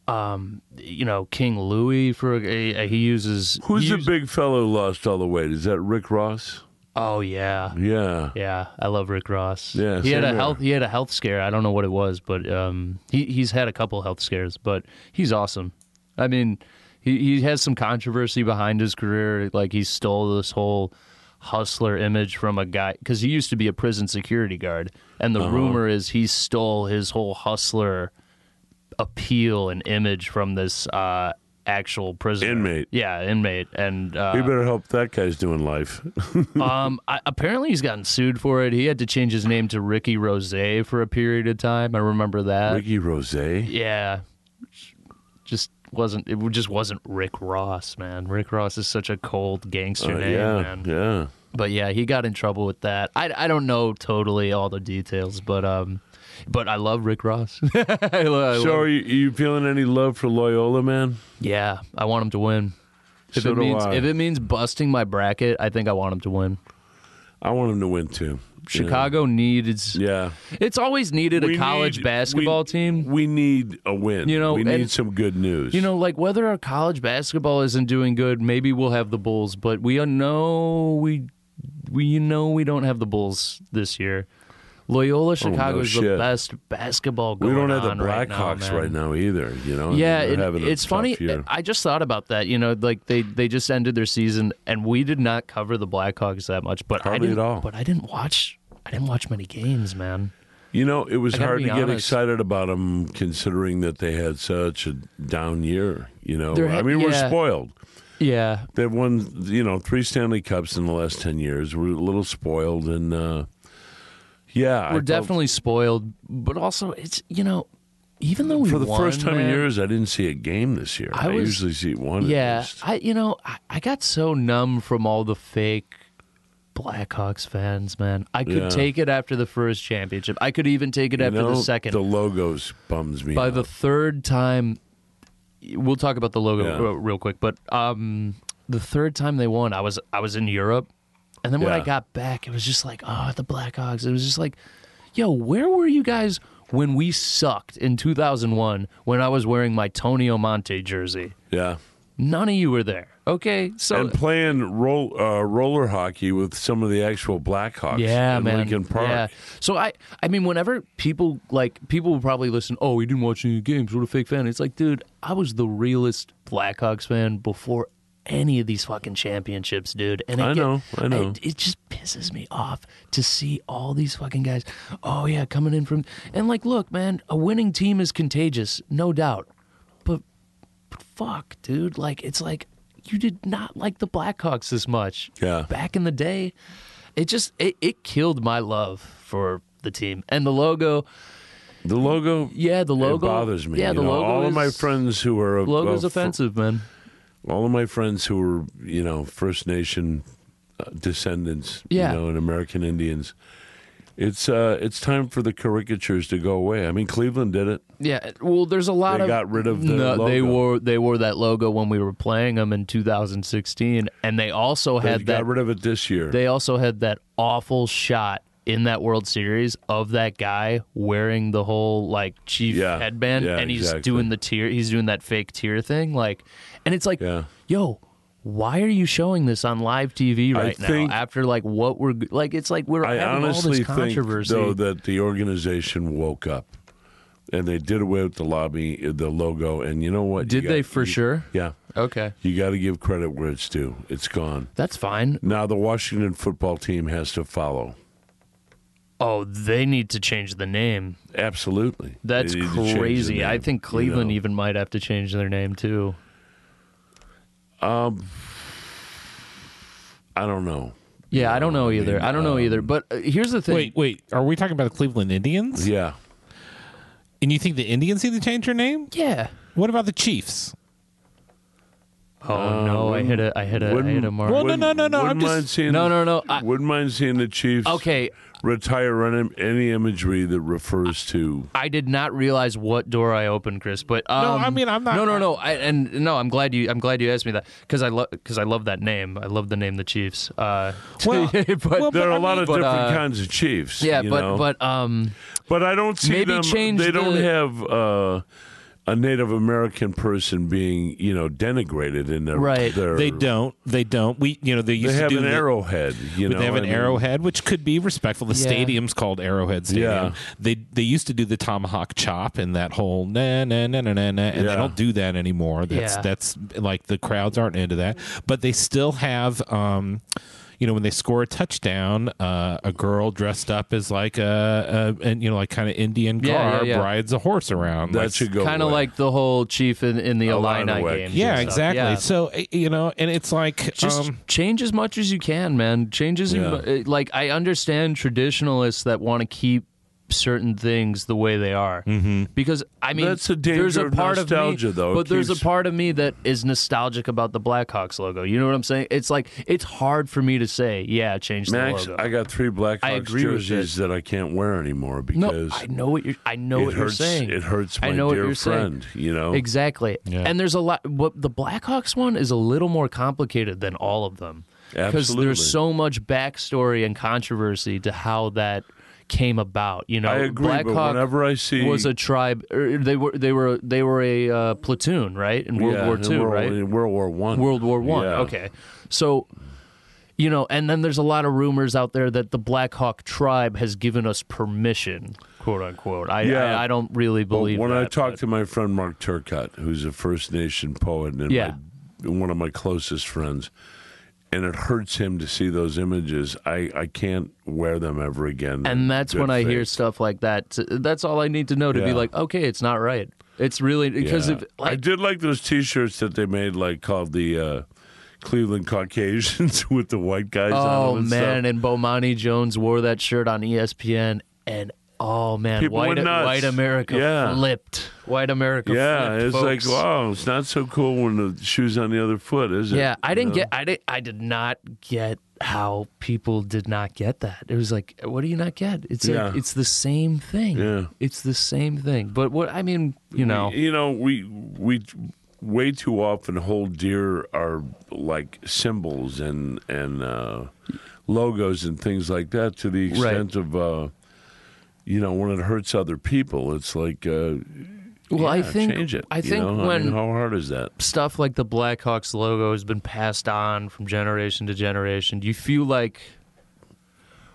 S1: Um, you know, King Louis for a, he uses
S2: Who's
S1: he
S2: the
S1: use-
S2: big fellow lost all the weight? Is that Rick Ross?
S1: Oh yeah,
S2: Yeah.
S1: Yeah, I love Rick Ross.
S2: Yeah,
S1: he had
S2: same
S1: a
S2: here.
S1: health he had a health scare. I don't know what it was, but um, he he's had a couple health scares, but he's awesome. I mean, he he has some controversy behind his career. Like he stole this whole hustler image from a guy because he used to be a prison security guard, and the
S2: Uh-huh.
S1: rumor is he stole his whole hustler appeal and image from this uh, actual prisoner
S2: Inmate.
S1: Yeah, inmate, and uh,
S2: We better help that guy's doing life.
S1: um, I, apparently he's gotten sued for it. He had to change his name to Ricky Rose for a period of time. I remember that.
S2: Ricky Rose.
S1: Yeah, just wasn't it just wasn't Rick Ross, man. Rick Ross is such a cold gangster
S2: Uh,
S1: name,
S2: yeah.
S1: man.
S2: Yeah.
S1: But yeah, he got in trouble with that. I, I don't know totally all the details, but um, but I love Rick Ross. I lo- I
S2: So
S1: love-
S2: are you, you feeling any love for Loyola, man?
S1: yeah, I want him to win. If
S2: So
S1: it
S2: do
S1: means
S2: I.
S1: if it means busting my bracket, I think I want him to win.
S2: I want him to win too.
S1: Chicago needs
S2: Yeah.
S1: It's always needed
S2: We
S1: a college
S2: need-
S1: basketball
S2: we-
S1: team.
S2: We need a win.
S1: You know,
S2: we
S1: and-
S2: need some good news.
S1: You know, like whether our college basketball isn't doing good, maybe we'll have the Bulls, but we know we we you know we don't have the Bulls this year. Loyola Chicago is the
S2: Oh, shit.
S1: best basketball
S2: we
S1: going
S2: don't have the
S1: on right now,
S2: Blackhawks
S1: man.
S2: right now either. You know,
S1: Yeah,
S2: They're
S1: it-
S2: having a
S1: it's
S2: tough
S1: funny. uh,
S2: year.
S1: I just thought about that. You know, like they, they just ended their season, and we did not cover the Blackhawks that much. But I
S2: Hardly at
S1: didn't,
S2: all.
S1: But I didn't watch. I didn't watch many games, man.
S2: You know, it was
S1: I gotta
S2: hard
S1: be
S2: to get
S1: honest.
S2: excited about them considering that they had such a down year. You know,
S1: They're
S2: I
S1: ha-
S2: mean, we're
S1: yeah.
S2: spoiled.
S1: Yeah,
S2: They've won, you know, three Stanley Cups in the last ten years. We're a little spoiled, and uh, yeah, I
S1: we're
S2: felt-
S1: definitely spoiled, but also it's you know, even though we
S2: for the
S1: won,
S2: first time in
S1: man,
S2: years I didn't see a game this year. I,
S1: I was-
S2: usually see one. at
S1: Yeah,
S2: least.
S1: I you know I, I got so numb from all the fake Blackhawks fans, man. I could
S2: Yeah.
S1: take it after the first championship. I could even take it
S2: You
S1: after
S2: know,
S1: the second.
S2: The logos bums me.
S1: By
S2: out.
S1: the third time, we'll talk about the logo
S2: Yeah.
S1: uh, real quick. But um, the third time they won, I was I was in Europe, and then when I
S2: Yeah.
S1: got back, it was just like, oh, the Blackhawks. It was just like, yo, where were you guys when we sucked in 2001 when I was wearing my Tony Omonte jersey?
S2: yeah,
S1: None of you were there. Okay, so
S2: and playing roll, uh, roller hockey with some of the actual Blackhawks.
S1: Yeah,
S2: in
S1: man.
S2: Lincoln Park.
S1: Yeah. So I, I mean, whenever people like people will probably listen. Oh, he didn't watch any games. What a fake fan! It's like, dude, I was the realest Blackhawks fan before any of these fucking championships, dude. And
S2: I
S1: get-
S2: know, I know.
S1: It, it just pisses me off to see all these fucking guys. Oh yeah, coming in from and like, look, man, a winning team is contagious, no doubt. But fuck, dude. Like, it's like you did not like the Blackhawks this much.
S2: Yeah.
S1: Back in the day, it just it, it killed my love for the team and the logo.
S2: The logo.
S1: Yeah, the logo
S2: It bothers me.
S1: Yeah,
S2: you
S1: the
S2: know,
S1: logo.
S2: All of
S1: is-
S2: my friends who are
S1: Logo's
S2: uh, fr-
S1: offensive, man.
S2: all of my friends who were you know First Nation uh, descendants,
S1: Yeah.
S2: you know, and American Indians. It's uh, it's time for the caricatures to go away. I mean, Cleveland did it.
S1: Yeah, well, there's a lot
S2: They
S1: of
S2: got rid of the
S1: no, they
S2: logo.
S1: wore they wore that logo when we were playing them in 2016, and they also
S2: They
S1: had
S2: got
S1: that
S2: rid of it this year.
S1: They also had that awful shot in that World Series of that guy wearing the whole like chief
S2: Yeah,
S1: headband
S2: yeah,
S1: and he's
S2: exactly.
S1: doing the tear he's doing that fake tear thing like and it's like
S2: Yeah.
S1: yo why are you showing this on live TV
S2: I
S1: right
S2: think-
S1: now after like what we're like it's like we're
S2: I
S1: having all
S2: honestly
S1: this
S2: think
S1: controversy
S2: though that the organization woke up, and they did away with the lobby, uh, the logo, and you know what? You
S1: did they
S2: got-
S1: for
S2: you-
S1: sure
S2: Yeah,
S1: okay
S2: you got to give credit where it's due. It's gone.
S1: that's fine
S2: Now the Washington football team has to follow.
S1: oh they need to change the name
S2: Absolutely,
S1: That's
S2: They need to change the
S1: crazy. I
S2: name,
S1: think
S2: you
S1: Cleveland
S2: know.
S1: even might have to change their name too.
S2: I don't know.
S1: Yeah, I don't know either. I don't
S2: um,
S1: know either. But uh, here's the thing.
S3: Wait, wait. Are we talking about the Cleveland Indians?
S2: Yeah,
S3: And you think the Indians need to change their name?
S1: Yeah.
S3: What about the Chiefs?
S1: Oh no, I hit a I hit a I hit a mark.
S3: Well, no, no, no, no, I'm
S2: Wouldn't
S3: just-
S2: mind seeing,
S1: No, no, no, I-
S2: wouldn't mind seeing the Chiefs
S1: Okay,
S2: retire on him- any imagery that refers to.
S1: I did not realize what door I opened, Chris. But um,
S3: No, I mean, I'm not-
S1: No, no, no. I, and no, I'm glad you. I'm glad you asked me that because I love because I love that name. I love the name the Chiefs. Uh,
S3: Well,
S1: but,
S3: well,
S2: There are
S3: I
S2: a lot
S3: mean-
S2: of
S1: but,
S2: different
S1: uh,
S2: kinds of Chiefs.
S1: yeah,
S2: you
S1: but
S2: know?
S1: but um,
S2: But I don't see
S1: Maybe
S2: them.
S1: change
S2: they don't
S1: the-
S2: have uh, a Native American person being, you know, denigrated in their.
S1: Right.
S2: Their,
S3: They don't. They don't. We, you know, they
S2: They
S3: used
S2: have
S3: to do
S2: an
S3: the-
S2: arrowhead. You know,
S3: they have
S2: I
S3: an
S2: mean,
S3: arrowhead, which could be respectful. The
S1: Yeah.
S3: stadium's called Arrowhead Stadium.
S2: Yeah.
S3: They they used to do the tomahawk chop and that whole na na na na na na, and
S2: Yeah.
S3: they don't do that anymore. That's
S1: Yeah.
S3: that's like the crowds aren't into that, but they still have. um you know when they score a touchdown, uh, a girl dressed up as like a, a and you know like kind of Indian garb
S1: Yeah, yeah, yeah.
S3: rides a horse around.
S2: That
S3: Like,
S2: should go.
S1: kind of
S2: away.
S1: like the whole chief in, in the
S2: Illini
S1: Illini
S2: way.
S1: games. and
S3: yeah,
S1: stuff.
S3: exactly.
S1: Yeah.
S3: So uh, you know, and it's like
S1: just
S3: um,
S1: change as much as you can, man. Change as
S2: Yeah.
S1: mu- eh, like I understand traditionalists that want to keep certain things the way they are mm-hmm. because I mean
S2: That's the danger
S1: there's a
S2: of
S1: part
S2: nostalgia,
S1: of me,
S2: though. It
S1: but there's a
S2: keeps-
S1: part of me that is nostalgic about the Blackhawks logo. You know what I'm saying? It's like it's hard for me to say, yeah, change
S2: Max.
S1: the logo.
S2: I got three
S1: I
S2: Blackhawks
S1: agree with
S2: jerseys that I can't wear anymore
S1: no,
S2: because
S1: I know what you're. I know
S2: it
S1: what
S2: hurts.
S1: you're saying.
S2: It hurts my
S1: I know what
S2: dear
S1: you're saying.
S2: friend. You know.
S1: Exactly. And there's a lot but the Blackhawks one is a little more complicated than all of them. Because
S2: Absolutely.
S1: there's so much backstory and controversy to how that came about. You know,
S2: I agree,
S1: Black
S2: but
S1: Hawk
S2: whenever I see
S1: was a tribe or they were they were they were a uh, platoon, right? In World
S2: Yeah,
S1: War
S2: in
S1: II,
S2: World,
S1: right?
S2: in World War One.
S1: World War One.
S2: Yeah.
S1: Okay, so you know, and then there's a lot of rumors out there that the Black Hawk tribe has given us permission, quote unquote. I
S2: Yeah.
S1: I, I don't really
S2: But
S1: believe
S2: when I
S1: that,
S2: talked
S1: but-
S2: to my friend Mark Turcott, who's a First Nation poet and
S1: Yeah.
S2: my, one of my closest friends, and it hurts him to see those images. I, I can't wear them ever again. in
S1: and that's
S2: good
S1: when I
S2: faith.
S1: hear stuff like that. T- That's all I need to know to be
S2: Yeah.
S1: like, okay, it's not right. It's really because
S2: Yeah.
S1: if
S2: I
S1: like,
S2: did like those T-shirts that they made, like called the uh, Cleveland Caucasians with the white guys. on
S1: oh
S2: them and
S1: man,
S2: stuff.
S1: and Bomani Jones wore that shirt on E ESPN, and oh man,
S2: People
S1: white
S2: went nuts.
S1: white America
S2: Yeah.
S1: flipped. White America,
S2: yeah,
S1: flipped,
S2: it's
S1: folks.
S2: like wow, it's not so cool when the shoes on the other foot, is it?
S1: Yeah, I
S2: You
S1: didn't
S2: know?
S1: get, I did, I did not get how people did not get that. It was like, what do you not get? It's
S2: Yeah.
S1: like, it's the same thing.
S2: Yeah. e,
S1: it's the same thing. But what I mean, you know,
S2: you know we we way too often hold dear our like symbols and and uh, logos and things like that to the
S1: Right.
S2: extent of uh, you know when it hurts other people it's like uh,
S1: well, I
S2: yeah,
S1: think,
S2: change it
S1: I
S2: you
S1: think
S2: know?
S1: when
S2: mean, how hard is that
S1: stuff like the Blackhawks logo has been passed on from generation to generation. Do you feel like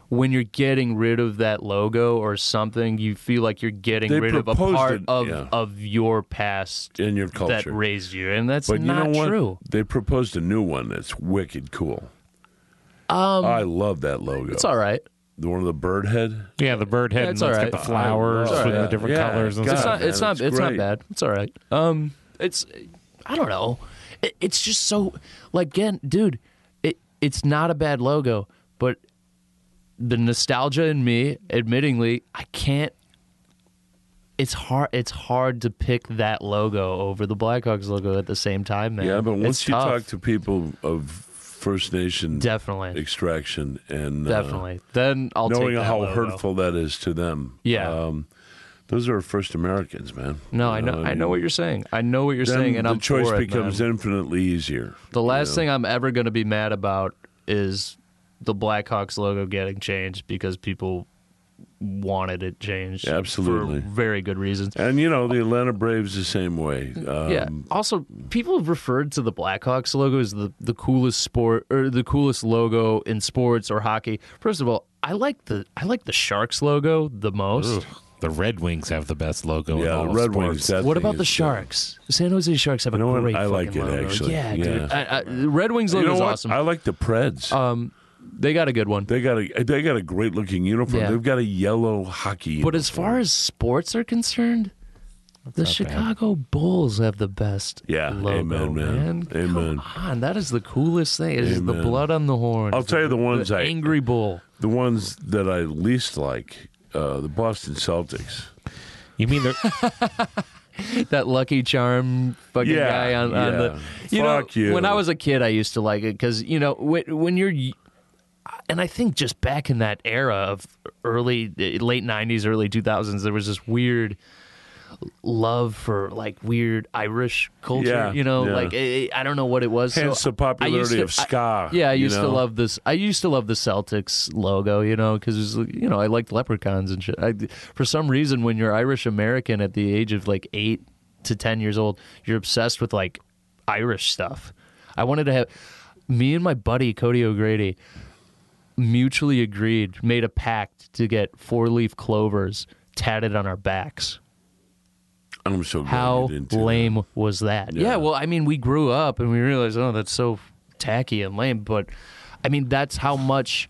S1: when you're getting rid of that logo or something, you feel like you're getting
S2: They
S1: rid of a
S2: proposed
S1: part
S2: it,
S1: of
S2: yeah.
S1: of your past
S2: in your
S1: that
S2: culture
S1: raised you, and that's
S2: but you
S1: not
S2: know what
S1: true.
S2: they proposed a new one that's wicked cool um, I love that logo
S1: It's all right.
S2: the one of the bird head
S3: yeah, the bird head
S1: Yeah,
S3: and
S1: it's
S3: it's got
S1: alright.
S3: the
S2: I
S3: flowers
S2: love
S3: with the
S2: that.
S3: different
S2: Yeah,
S3: colors and
S2: God,
S1: it's
S3: stuff.
S1: not. It's
S2: man,
S1: not.
S2: it's
S1: It's, not
S2: great.
S1: bad. It's all right. Um, it's. I don't know. It, it's just so like again, dude. It it's not a bad logo, but the nostalgia in me, admittingly, I can't. It's hard. It's hard to pick that logo over the Blackhawks logo at the same time, man.
S2: yeah but
S1: It's
S2: once you
S1: tough.
S2: talk to people of First Nation
S1: definitely,
S2: extraction and uh,
S1: definitely, then I'll
S2: knowing
S1: take that
S2: how
S1: logo.
S2: hurtful that is to them.
S1: Yeah.
S2: um, those are first Americans, man.
S1: No, I
S2: You
S1: know. I
S2: and
S1: know what you're saying. I know what you're
S2: then
S1: saying, and
S2: the
S1: I'm
S2: choice
S1: for it, man.
S2: becomes infinitely easier.
S1: The last thing I'm ever going to be mad about is the Blackhawks logo getting changed because people wanted it changed.
S2: Absolutely.
S1: For very good reasons.
S2: And you know the Atlanta Braves the same way. Um,
S1: yeah. Also, people have referred to the Blackhawks logo as the, the coolest sport or the coolest logo in sports or hockey. First of all, I like the I like the Sharks logo the most.
S3: The Red Wings have the best logo in
S2: yeah,
S3: all
S2: the
S3: of
S2: Red
S3: sports.
S2: Wings. That
S1: What
S2: thing
S1: about the
S2: is-
S1: Sharks? The San Jose Sharks have a
S2: You know what?
S1: great
S2: I
S1: fucking
S2: like it,
S1: logo.
S2: actually.
S1: Yeah,
S2: Yeah.
S1: dude. I, I, the Red Wings
S2: You
S1: logo
S2: know
S1: is
S2: what?
S1: awesome. Uh, Um,
S2: I like the Preds.
S1: they got a good one.
S2: they got a they got a great looking uniform.
S1: Yeah.
S2: They've got a yellow hockey.
S1: But as far as sports are concerned, the Chicago Bulls have the best
S2: Yeah,
S1: logo,
S2: amen, man. Amen.
S1: Come on, that is the coolest thing. It's just the
S2: Amen.
S1: blood on the horn.
S2: I'll tell you the ones I-
S1: angry bull.
S2: the ones that I least like, uh, the Boston Celtics.
S3: You mean the
S1: that Lucky Charm fucking
S2: Yeah,
S1: guy on, on the.
S2: yeah.
S1: You know,
S2: Fuck you.
S1: when I was a kid, I used to like it because you know when, when you're, y- and I think just back in that era of early eh, late '90s, early 2000s, there was this weird love for like weird Irish culture.
S2: Yeah,
S1: you know,
S2: yeah.
S1: like eh, I, I don't know what it was.
S2: Hence the
S1: I used
S2: popularity
S1: to-
S2: of ska.
S1: I, yeah, I
S2: you
S1: used to
S2: know?
S1: love this. I used to love the Celtics logo, you know, because you know I liked leprechauns and shit. I, for some reason, when you're Irish American at the age of like eight to ten years old, you're obsessed with like Irish stuff. I wanted to have me and my buddy Cody O'Grady mutually agreed, made a pact to get four leaf clovers tatted on our backs.
S2: I'm so glad
S1: How
S2: you didn't do that.
S1: lame was that? Yeah.
S2: Yeah.
S1: well, I mean, we grew up and we realized, oh, that's so tacky and lame. But I mean, that's how much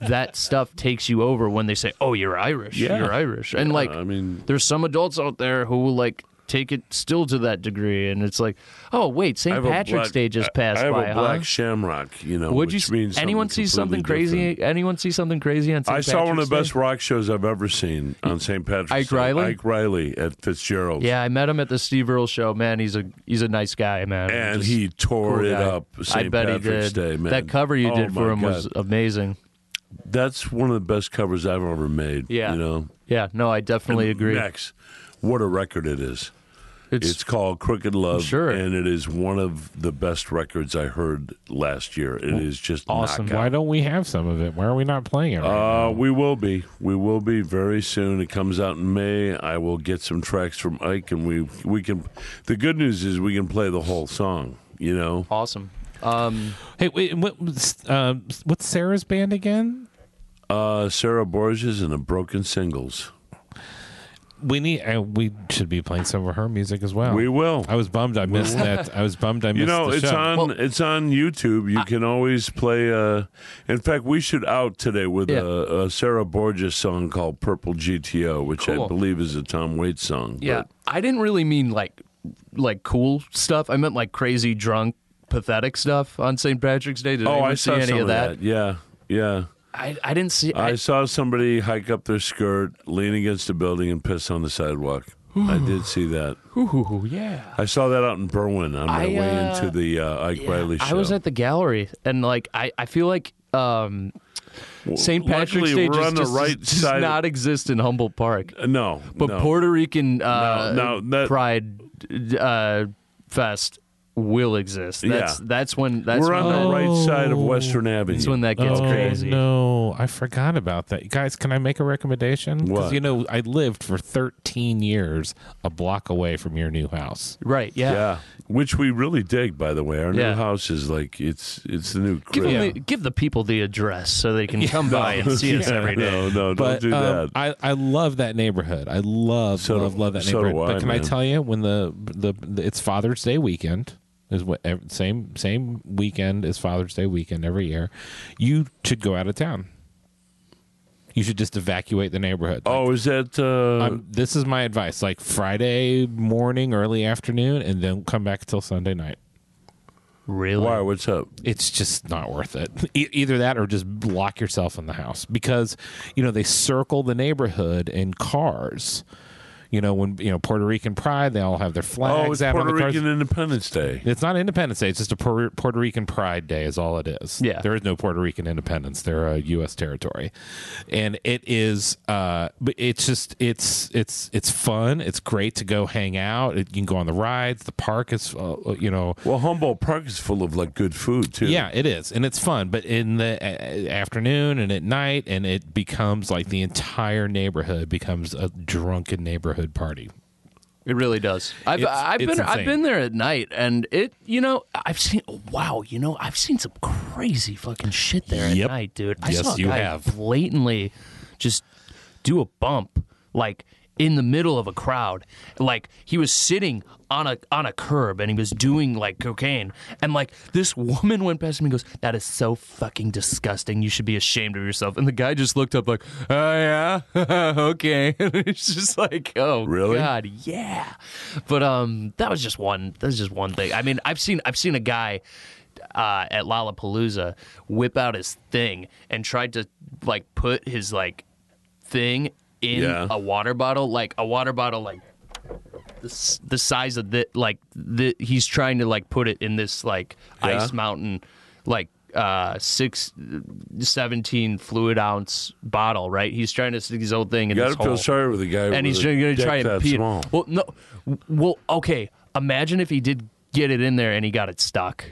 S1: that stuff takes you over when they say, oh, you're Irish.
S2: Yeah.
S1: You're Irish. And like,
S2: I mean-
S1: there's some adults out there who will like take it still to that degree. And it's like, oh, wait,
S2: I
S1: St.
S2: have a
S1: Patrick's
S2: black-
S1: Day just passed
S2: I have
S1: by.
S2: a black
S1: huh?
S2: shamrock, you know,
S1: Would you?
S2: which means
S1: anyone see something
S2: completely
S1: crazy?
S2: different.
S1: Anyone see something crazy on St.
S2: I saw one of
S1: Patrick's
S2: the best rock shows I've ever seen on St. Patrick's
S1: Ike
S2: Day.
S1: Riley?
S2: Ike Riley at Fitzgerald's.
S1: Day? Yeah, I met him at the Steve Earle show. Man, he's a he's a nice guy, man.
S2: And
S1: Just-
S2: he tore
S1: cool
S2: it
S1: guy.
S2: up St.
S1: I bet
S2: Patrick's
S1: he did.
S2: Day, man.
S1: That cover you
S2: Oh,
S1: did for
S2: my
S1: him was
S2: God.
S1: amazing.
S2: That's one of the best covers I've ever made.
S1: Yeah.
S2: You know?
S1: Yeah, no, I definitely agree.
S2: Next. What a record it is.
S1: it's,
S2: It's called Crooked Love,
S1: Sure.
S2: and it is one of the best records I heard last year. It is just
S1: Awesome.
S2: knockout.
S3: Why don't we have some of it? Why are we not playing it? Right
S2: Uh, we will be. We will be very soon. It comes out in May. I will get some tracks from Ike, and we we can. The good news is we can play the whole song. You know,
S1: awesome. Um,
S3: now? Hey, wait, what, was, um, what's Sarah's band again?
S2: uh, Sarah Borges and the Broken Singles.
S3: We need. Uh, we should be playing some of her music as well.
S2: We will.
S3: I was bummed I missed that. I was bummed I missed.
S2: You know,
S3: the
S2: it's
S3: show.
S2: on it's on YouTube. You can always play. Uh, in fact, we should out today with
S1: Yeah.
S2: a, a Sarah Borges song called "Purple GTO," which
S1: Cool.
S2: I believe is a Tom Waits song.
S1: yeah, I didn't really mean like like cool stuff. I meant like crazy, drunk, pathetic stuff on St. Patrick's Day. Did
S2: But, oh,
S1: anyone
S2: I
S1: see
S2: saw
S1: any
S2: some
S1: of
S2: of
S1: that?
S2: that. Yeah, yeah.
S1: I, I didn't see.
S2: I
S1: I,
S2: saw somebody hike up their skirt, lean against a building, and piss on the sidewalk. I did see that.
S1: ooh, yeah.
S2: I saw that out in Berwyn on my
S1: I,
S2: way
S1: uh,
S2: into the uh, Ike Riley show.
S1: I was at the gallery, and like I, I feel like um, St. Patrick's
S2: luckily,
S1: Day
S2: we're
S1: just,
S2: on the
S1: just-
S2: right
S1: does
S2: side of-
S1: not exist in Humboldt Park.
S2: Uh, no,
S1: But
S2: no.
S1: Puerto Rican uh,
S2: No, no, that-
S1: Pride uh, Fest will exist. That's
S2: Yeah.
S1: that's when that's
S2: we're
S1: when
S2: on the
S1: that,
S2: right side of
S3: Oh.
S2: Western Avenue.
S1: that's when that gets
S3: oh,
S1: crazy.
S3: No, I forgot about that. Guys, can I make a recommendation?
S2: What?
S3: you know, I lived for 13 years a block away from your new house.
S1: Right? Yeah.
S2: yeah. which we really dig, by the way. Our
S1: Yeah.
S2: new house is like it's it's the new.
S1: Give,
S2: crib.
S1: them the, give the people the address so they can come by and see us
S2: Yeah,
S1: every day.
S2: No, no,
S3: But
S2: don't do
S3: um,
S2: that.
S3: I, I love that neighborhood. I love
S2: So do-
S3: love love that
S2: so do
S3: neighborhood.
S2: I,
S3: but can I
S2: man.
S3: tell you when the, the the it's Father's Day weekend is what ev- same same weekend as Father's Day weekend every year. You should go out of town. You should just evacuate the neighborhood. Like,
S2: oh, is that? Uh,
S3: I'm, this is my advice. Like Friday morning, early afternoon, and then come back till Sunday night.
S1: Really?
S2: why? What's up?
S3: It's just not worth it. E- either that or just lock yourself in the house because, you know, they circle the neighborhood in cars. You know, when, you know, Puerto Rican pride, they all have their flags
S2: Oh, it's
S3: out
S2: Puerto
S3: on the cars.
S2: Rican Independence Day.
S3: It's not Independence Day. It's just a Puerto, Puerto Rican Pride Day, is all it is.
S1: Yeah.
S3: there is no Puerto Rican independence. They're a U.S. territory, and it is. Uh, but it's just it's it's it's fun. It's great to go hang out. It, you can go on the rides. The park is, uh, you know,
S2: Well, Humboldt Park is full of like good food too.
S3: yeah, it is, and it's fun. But in the uh, afternoon and at night, and it becomes like the entire neighborhood becomes a drunken neighborhood party.
S1: It really does. I've
S3: It's-
S1: I've
S3: it's
S1: been I've
S3: insane.
S1: been there at night, and it you know I've seen wow you know I've seen some crazy fucking shit there
S3: Yep.
S1: at night, dude. I
S3: Yes,
S1: saw a
S3: you
S1: guy
S3: have.
S1: blatantly just do a bump like in the middle of a crowd, like he was sitting on a on a curb and he was doing like cocaine, and like this woman went past him and goes, "That is so fucking disgusting. You should be ashamed of yourself." And the guy just looked up like, "Oh yeah, okay." it's just like, oh
S2: Really?
S1: God. God, yeah. But um, that was just one. That was just one thing. I mean, I've seen I've seen a guy uh, at Lollapalooza whip out his thing and tried to like put his like thing in
S2: Yeah.
S1: a water bottle, like a water bottle, like the, s- the size of the like the he's trying to like put it in this like ice mountain like uh six 17 fluid ounce bottle right he's trying to stick his old thing in
S2: You
S1: this
S2: gotta
S1: hole
S2: feel sorry for the guy.
S1: and
S2: with
S1: he's
S2: a
S1: going to
S2: dick
S1: try and
S2: that
S1: pee. it.
S2: small.
S1: Well, no, well, okay. Imagine if he did get it in there and he got it stuck.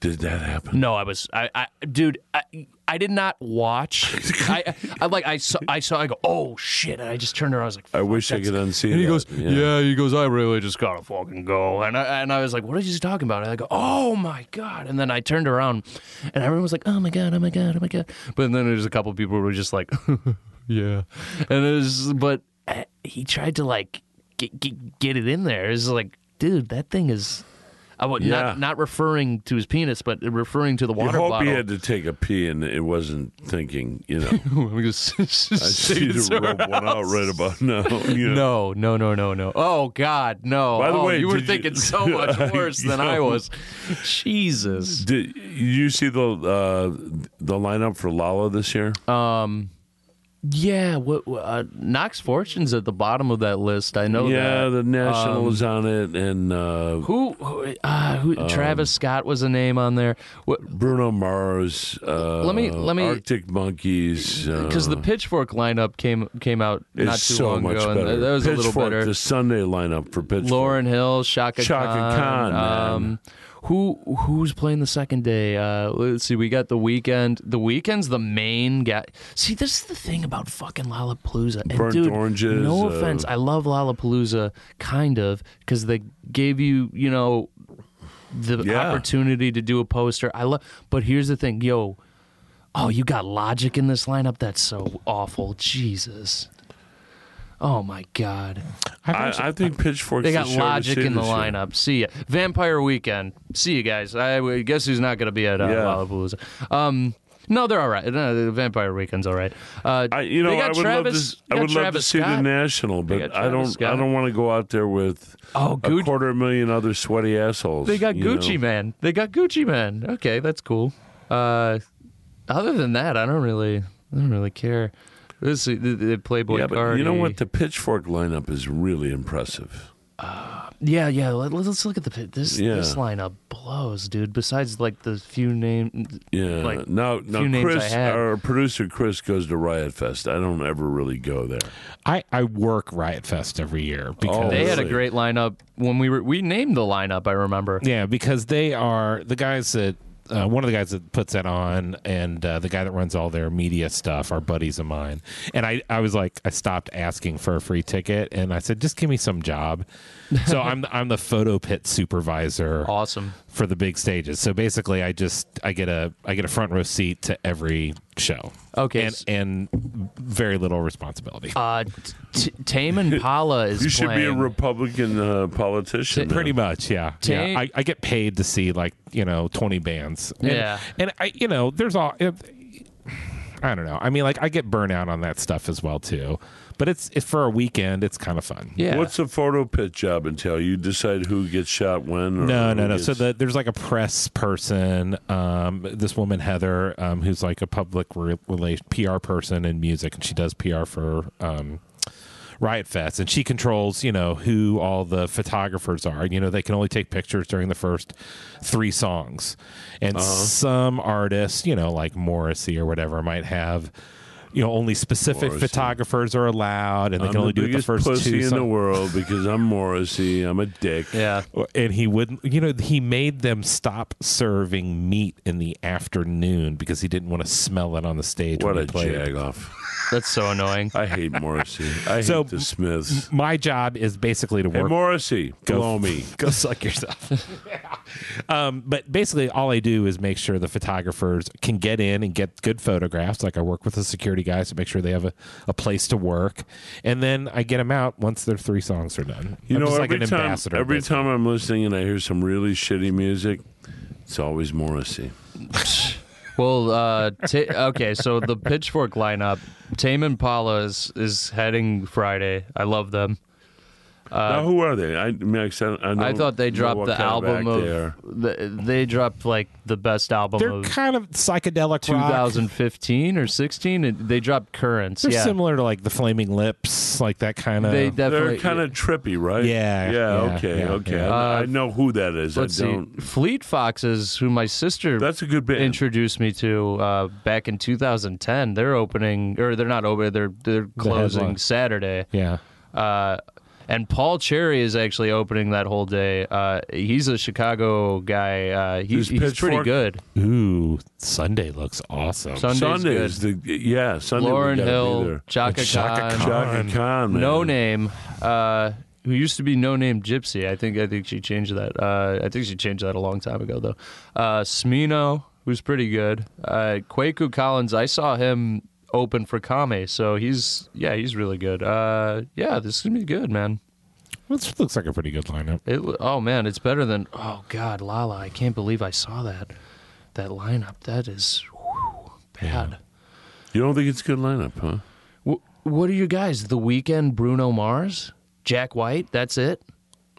S2: Did that happen?
S1: No, I was, I, I dude, I, I did not watch. I, I like, I saw, I saw, I go, oh shit, and I just turned around. I was like,
S2: I wish I could unsee.
S1: and he
S2: that.
S1: goes, yeah. He goes, I really just gotta fucking go. And I and I was like, what is he talking about? And I go, oh my god. And then I turned around, and everyone was like, oh my god, oh my god, oh my god. But then there's a couple people who were just like, yeah. And it was, but uh, he tried to like get get, get it in there. It's like, dude, that thing is. I would
S2: Yeah.
S1: not not referring to his penis, but referring to the
S2: You
S1: water
S2: hope
S1: bottle.
S2: he had to take a pee and it wasn't thinking. You know,
S1: Let me just-
S2: I see
S1: say
S2: to
S1: this
S2: rope one out right about now. You know?
S1: No, no, no, no, no. Oh God, no.
S2: By the
S1: Oh,
S2: way,
S1: you were
S2: did you-
S1: thinking so much worse than I was. Jesus.
S2: Did you see the uh, the lineup for Lala this year?
S1: Oh, Yeah, what, what- uh, Knox Fortune's at the bottom of that um, list. I know
S2: yeah,
S1: that.
S2: the National is on it, and uh,
S1: Who? who, uh, who
S2: Um,
S1: Travis Scott was a name on there. What?
S2: Bruno Mars. Uh,
S1: Let me- let me-
S2: Arctic Monkeys.
S1: Because
S2: uh,
S1: the Pitchfork lineup came came out not too
S2: is so
S1: long
S2: much
S1: ago,
S2: better.
S1: and that was a
S2: Pitchfork,
S1: little better.
S2: The Sunday lineup for Pitchfork.
S1: Lauren Hill, Shaka,
S2: Chaka Khan, man.
S1: um, who who's playing the second day? Uh, let's see. We got the weekend. The weekend's the main guy. See, this is the thing about fucking Lollapalooza. And
S2: Burnt
S1: dude,
S2: oranges,
S1: No
S2: uh,
S1: offense, I love Lollapalooza, kind of, because they gave you, you know, the
S2: Yeah.
S1: opportunity to do a poster. I love, but here's the thing, yo. Oh, you got logic in this lineup. That's so awful, Jesus. Oh my God.
S2: I, I think Pitchfork.
S1: They got logic in the lineup. See ya. Vampire Weekend. See you guys. I would guess who's not going to be at uh,
S2: Yeah.
S1: Lollapalooza. Um, no, they're all right. No, the Vampire Weekend's all right. Uh,
S2: I, you know,
S1: they
S2: I
S1: got
S2: would
S1: Travis.
S2: love to.
S1: they
S2: I
S1: got
S2: would love to
S1: Travis
S2: see the
S1: Scott.
S2: national,
S1: They
S2: but
S1: got
S2: I don't.
S1: Travis Scott.
S2: I don't want to go out there with
S1: Oh,
S2: a
S1: Gucci-
S2: quarter million other sweaty assholes.
S1: They got
S2: you
S1: Gucci
S2: know?
S1: Man. They got Gucci Man. Okay, that's cool. Uh, other than that, I don't really, I don't really care. This the, the Playboy
S2: Yeah, but you know
S1: Cardi.
S2: what? The Pitchfork lineup is really impressive.
S1: Yeah, yeah. Let, us let's look at the pi- this
S2: Yeah.
S1: this lineup blows, dude. Besides like the few name,
S2: Yeah.
S1: like
S2: now,
S1: few
S2: now
S1: names I
S2: Chris,
S1: had.
S2: our producer Chris, goes to Riot Fest. I don't ever really go there.
S3: I, I work Riot Fest every year because
S1: They had a
S2: Oh, Really?
S1: great lineup when we were we named the lineup. I remember.
S3: Yeah, because they are the guys that uh, one of the guys that puts that on, and uh, the guy that runs all their media stuff are buddies of mine. And I, I was like, I stopped asking for a free ticket, and I said, just give me some job. so I'm, the- I'm the photo pit supervisor
S1: Awesome.
S3: for the big stages. So basically, I just I get a I get a front row seat to every show.
S1: Okay.
S3: and and very little responsibility.
S1: Uh, t- Tame Impala is
S2: You should
S1: playing.
S2: be a Republican uh, politician. man.
S3: pretty much yeah
S1: Tank-
S3: yeah I, I get paid to see like you know 20 bands and,
S1: Yeah.
S3: and i you know there's all if- i don't know i mean like i get burnout on that stuff as well too but it's if for a weekend it's kind of fun
S1: yeah.
S2: What's the photo pit job entail? You decide who gets shot when? Or
S3: no
S2: who
S3: no no so
S2: gets-
S3: the, there's like a press person um this woman heather um who's like a public re- relation pr person in music and she does pr for um Riot Fest, and she controls, you know, who all the photographers are. You know, they can only take pictures during the first three songs, and
S2: Uh-huh.
S3: some artists, you know, like Morrissey or whatever, might have, you know, only specific
S2: Morrissey.
S3: photographers are allowed, and they
S2: I'm
S3: can only
S2: the
S3: do it the
S2: biggest
S3: first
S2: pussy
S3: two.
S2: in
S3: songs
S2: the world because I'm Morrissey. I'm a dick.
S1: yeah.
S3: and he wouldn't you know he made them stop serving meat in the afternoon because he didn't want to smell it on the stage
S2: What
S3: when
S2: a
S3: he played
S2: jagoff!
S1: That's so annoying.
S2: I hate Morrissey. I
S3: So-
S2: hate the Smiths.
S3: my job is basically to
S2: Hey,
S3: work
S2: Morrissey, blow me.
S3: go suck yourself um, but basically all i do is make sure the photographers can get in and get good photographs like i work with the security guys to make sure they have a, a place to work and then i get them out once their three songs are done
S2: You
S3: I'm
S2: know,
S3: just
S2: every
S3: like an
S2: time,
S3: ambassador
S2: every
S3: basically.
S2: time I'm listening and I hear some really shitty music, it's always Morrissey.
S1: Well, uh, ta- okay. So the Pitchfork lineup, Tame Impala is is heading Friday. I love them.
S3: Uh,
S2: now, who are they? I, I, mean, I, said, I, know,
S1: I thought they
S2: know
S1: dropped
S2: what
S1: the
S2: kind
S1: album
S2: act
S1: of
S2: they are.
S1: the, they dropped like the best album
S3: They're
S1: of
S3: kind of psychedelic rock.
S1: 2015 or 16. And they dropped Currents.
S3: They're
S1: yeah,
S3: similar to like the Flaming Lips, like that kind of.
S1: they
S2: They're
S1: definitely
S2: kind of trippy, right?
S3: Yeah,
S2: Yeah.
S3: yeah,
S2: okay.
S3: yeah,
S2: okay.
S3: yeah. Uh,
S2: I, I know who that is. I
S1: Let's see,
S2: don't.
S1: Fleet Foxes, who my sister
S2: That's a good band.
S1: introduced me to uh, back in 2010. They're opening, or they're not opening. They're they're closing
S3: headline.
S1: Saturday.
S3: yeah.
S1: Uh, and Paul Cherry is actually opening that whole day. Uh, he's a Chicago guy. Uh, he-
S2: Is
S1: he's pretty
S2: Pitchfork-
S1: good.
S3: Ooh, Sunday looks awesome.
S1: Sunday's
S2: Sunday
S1: good.
S2: is the yeah. Sunday. we
S1: Lauren
S2: gotta be
S1: Hill,
S2: there.
S1: Chaka
S3: Chaka
S1: Khan,
S3: Khan.
S2: Chaka Khan, man.
S1: No Name, uh, who used to be No Name Gypsy. I think I think she changed that. Uh, I think she changed that a long time ago though. Uh, Smino, who's pretty good. Uh, Kwaku Collins, I saw him open for Kame, so he's yeah, he's really good. Uh, yeah, this is gonna be good, man.
S3: This looks like a pretty good lineup.
S1: It w- oh man, it's better than oh god, Lala. I can't believe I saw that that lineup. That is whew, bad.
S2: You don't think it's a good lineup, huh?
S1: Wh- What are you guys? The Weekend, Bruno Mars, Jack White. That's it.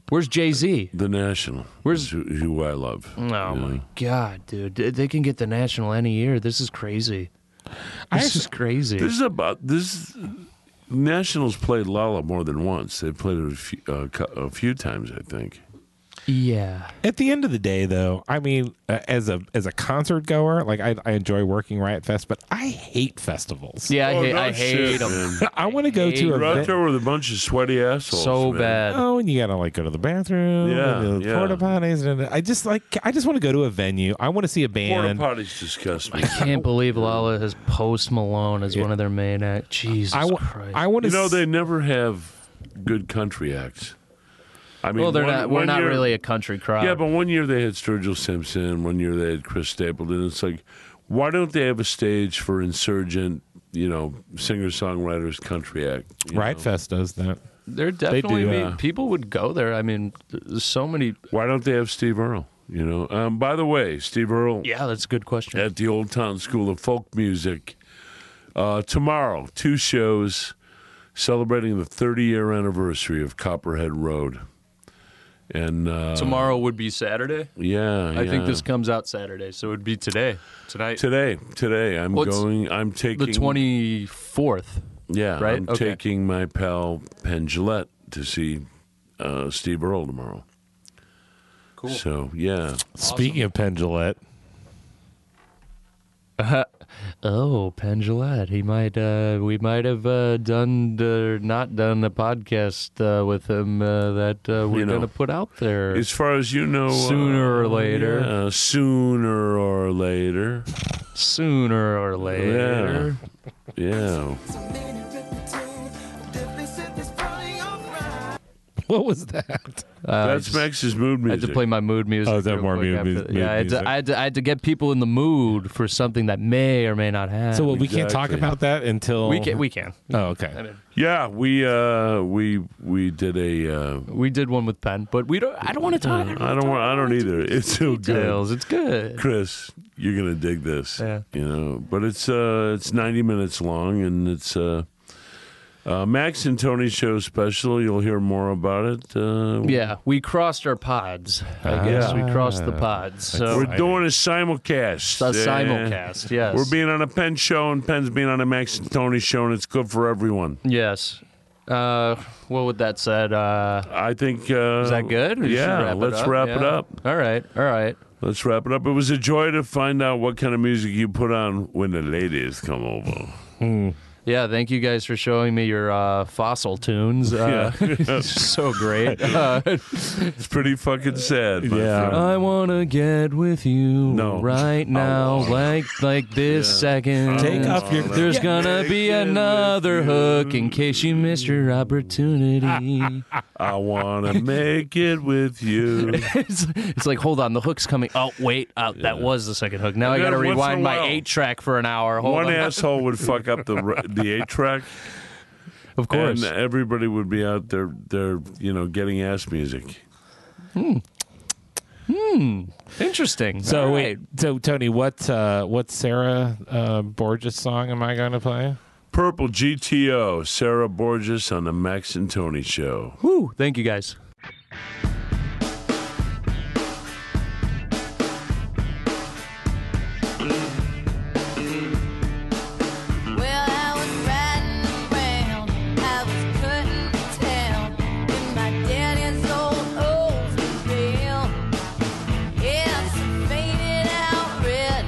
S1: Where's Jay Z?
S2: The National.
S1: Where's-
S2: is who, who I love?
S1: Oh my God, dude! They- They can get the national any year. This is crazy. This is crazy.
S2: This is about this. Nationals played Lala more than once. They played it a few, uh, cou- a few times, I think.
S1: yeah,
S3: At the end of the day, though, I mean, uh, as a as a concert goer, like I, I enjoy working Riot Fest, but I hate festivals.
S1: yeah. I
S2: Oh,
S1: hate, I
S2: no
S1: hate
S2: shit,
S1: 'em
S2: man.
S3: I want to go to
S1: Hate
S3: a
S2: You're out
S3: ve-
S2: there with a bunch of sweaty assholes.
S1: so
S2: man.
S1: bad.
S3: Oh, and you gotta like go to the bathroom,
S2: Yeah,
S3: and the
S2: yeah.
S3: porta potties, and I just like I just want to go to a venue. I want to see a
S2: Porta
S3: band.
S2: potties disgust me.
S1: Can't believe Lala has Post Malone as one of their main act. Jesus
S3: I, w-
S1: Christ!
S3: I want to.
S2: You know, they never have good country acts. I mean,
S1: well, they're
S2: one-
S1: not. We're
S2: one
S1: not
S2: year-
S1: really a country crowd.
S2: Yeah, but one year they had Sturgill Simpson, one year they had Chris Stapleton. It's like, why don't they have a stage for insurgent, you know, singer songwriters country act? you
S3: Riot
S2: know?
S3: Fest does that.
S1: there definitely
S2: do,
S1: be,
S2: uh,
S1: people would go there. I mean, th- so many.
S2: Why don't they have Steve Earle? You know. Um, by the way, Steve Earle
S1: Yeah, that's a good question.
S2: at the Old Town School of Folk Music uh, tomorrow. Two shows celebrating the 30 year anniversary of Copperhead Road. And uh,
S1: Tomorrow would be Saturday.
S2: yeah,
S1: I think
S2: yeah.
S1: this comes out Saturday, so it would be today, tonight,
S2: today. Today, I'm
S1: What's
S2: going. I'm
S1: the
S2: taking
S1: twenty fourth.
S2: Yeah,
S1: right?
S2: I'm
S1: Okay.
S2: taking my pal Penn Gillette to see uh, Steve Earle tomorrow. Cool. So yeah,
S3: Speaking of Pendulette,
S1: Oh, Pendulette. He might. Uh, we might have uh, done or not done a podcast uh, with him uh, that uh, we're
S2: You know,
S1: going to put out there.
S2: as far as you know, uh,
S1: Sooner or later.
S2: yeah, sooner or later,
S1: sooner or later.
S2: yeah.
S3: what was that?
S2: That's Max's mood
S1: I Uh, had
S2: music.
S1: to play my mood music.
S3: Oh, is that
S1: real
S3: more
S1: quick
S3: mood
S1: after-
S3: mus- mood
S1: Yeah, I had,
S3: music?
S1: to, I, had to, I had to get people in the mood for something that may or may not happen.
S3: So what, we can't talk
S2: Exactly.
S3: about that until
S1: we can. We can.
S3: Oh, okay.
S2: yeah, we uh, we we did a. Uh,
S1: We did one with Penn, but we don't. I don't want to talk.
S2: Oh, I don't want. I don't either. It's so good.
S1: Details. It's good.
S2: Chris, you're gonna dig this.
S1: Yeah.
S2: You know, but it's uh it's 90 minutes long and it's uh, uh Max and Tony show special. You'll hear more about it. Uh,
S1: Yeah, we crossed our pods.
S2: Ah.
S1: I guess we crossed the pods. So
S2: We're doing a simulcast.
S1: a
S2: Uh,
S1: simulcast. Yes.
S2: We're being on a Penn show and Penn's being on a Max and Tony show, and it's good for everyone.
S1: Yes. Uh, what would that said? Uh,
S2: I think. Uh,
S1: is that good? We should
S2: yeah.
S1: wrap it
S2: let's
S1: up,
S2: wrap it
S1: yeah.
S2: up.
S1: All right. All right.
S2: Let's wrap it up. It was a joy to find out what kind of music you put on when the ladies come over.
S1: Yeah. Thank you guys for showing me your uh, fossil tunes. Uh, so great. Uh,
S2: It's pretty fucking sad. my
S3: Yeah.
S2: friend.
S1: I wanna get with you
S2: Um, No.
S1: right now, like like this second.
S3: Take off your-
S1: There's gonna be another hook in case you missed your
S2: Ah,
S1: opportunity.
S2: I want to make it with you.
S1: it's, it's like, hold on, the hook's coming. Oh, wait, uh, that was the second hook. Now I
S2: Yeah,
S1: gotta
S2: once in a
S1: rewind my
S2: while.
S1: eight track for an hour. Hold
S2: One
S1: on.
S2: asshole would fuck up the r- the eight track,
S1: of course.
S2: and uh, everybody would be out there, there, you know, getting ass music.
S1: Interesting.
S3: So
S1: All right.
S3: wait, so Tony, what uh, what Sarah uh, Borges song am I going to play?
S2: Purple GTO, Sarah Borges on the Max and Tony Show.
S1: Whew, thank you guys.
S7: Well, I was riding around, I was cutting town in my daddy's old Oldsmobile. Yes, faded out red,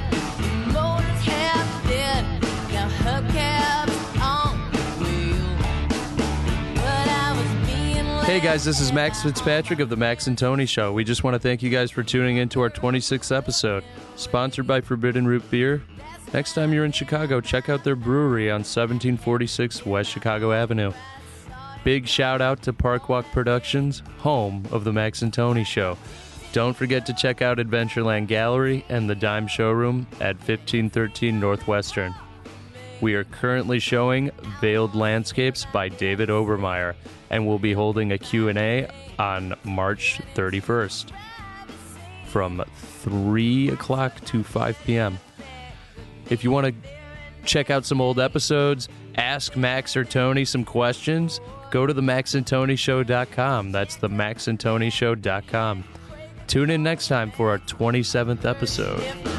S7: motors half dead, now hubcaps on the wheel. But I was being
S1: Hey guys, this is Max Fitzpatrick of the Max and Tony Show. We just want to thank you guys for tuning in to our 26th episode, sponsored by Forbidden Root Beer. Next time you're in Chicago, check out their brewery on 1746 West Chicago Avenue. Big shout out to Parkwalk Productions, home of the Max and Tony Show. Don't forget to check out Adventureland Gallery and the Dime Showroom at 1513 Northwestern. We are currently showing Veiled Landscapes by David Obermeyer and we'll be holding a Q&A on March 31st from 3 o'clock to 5 p.m. If you want to check out some old episodes, ask Max or Tony some questions, go to the maxandtonyshow.com. That's the maxandtonyshow.com. Tune in next time for our 27th episode.
S7: If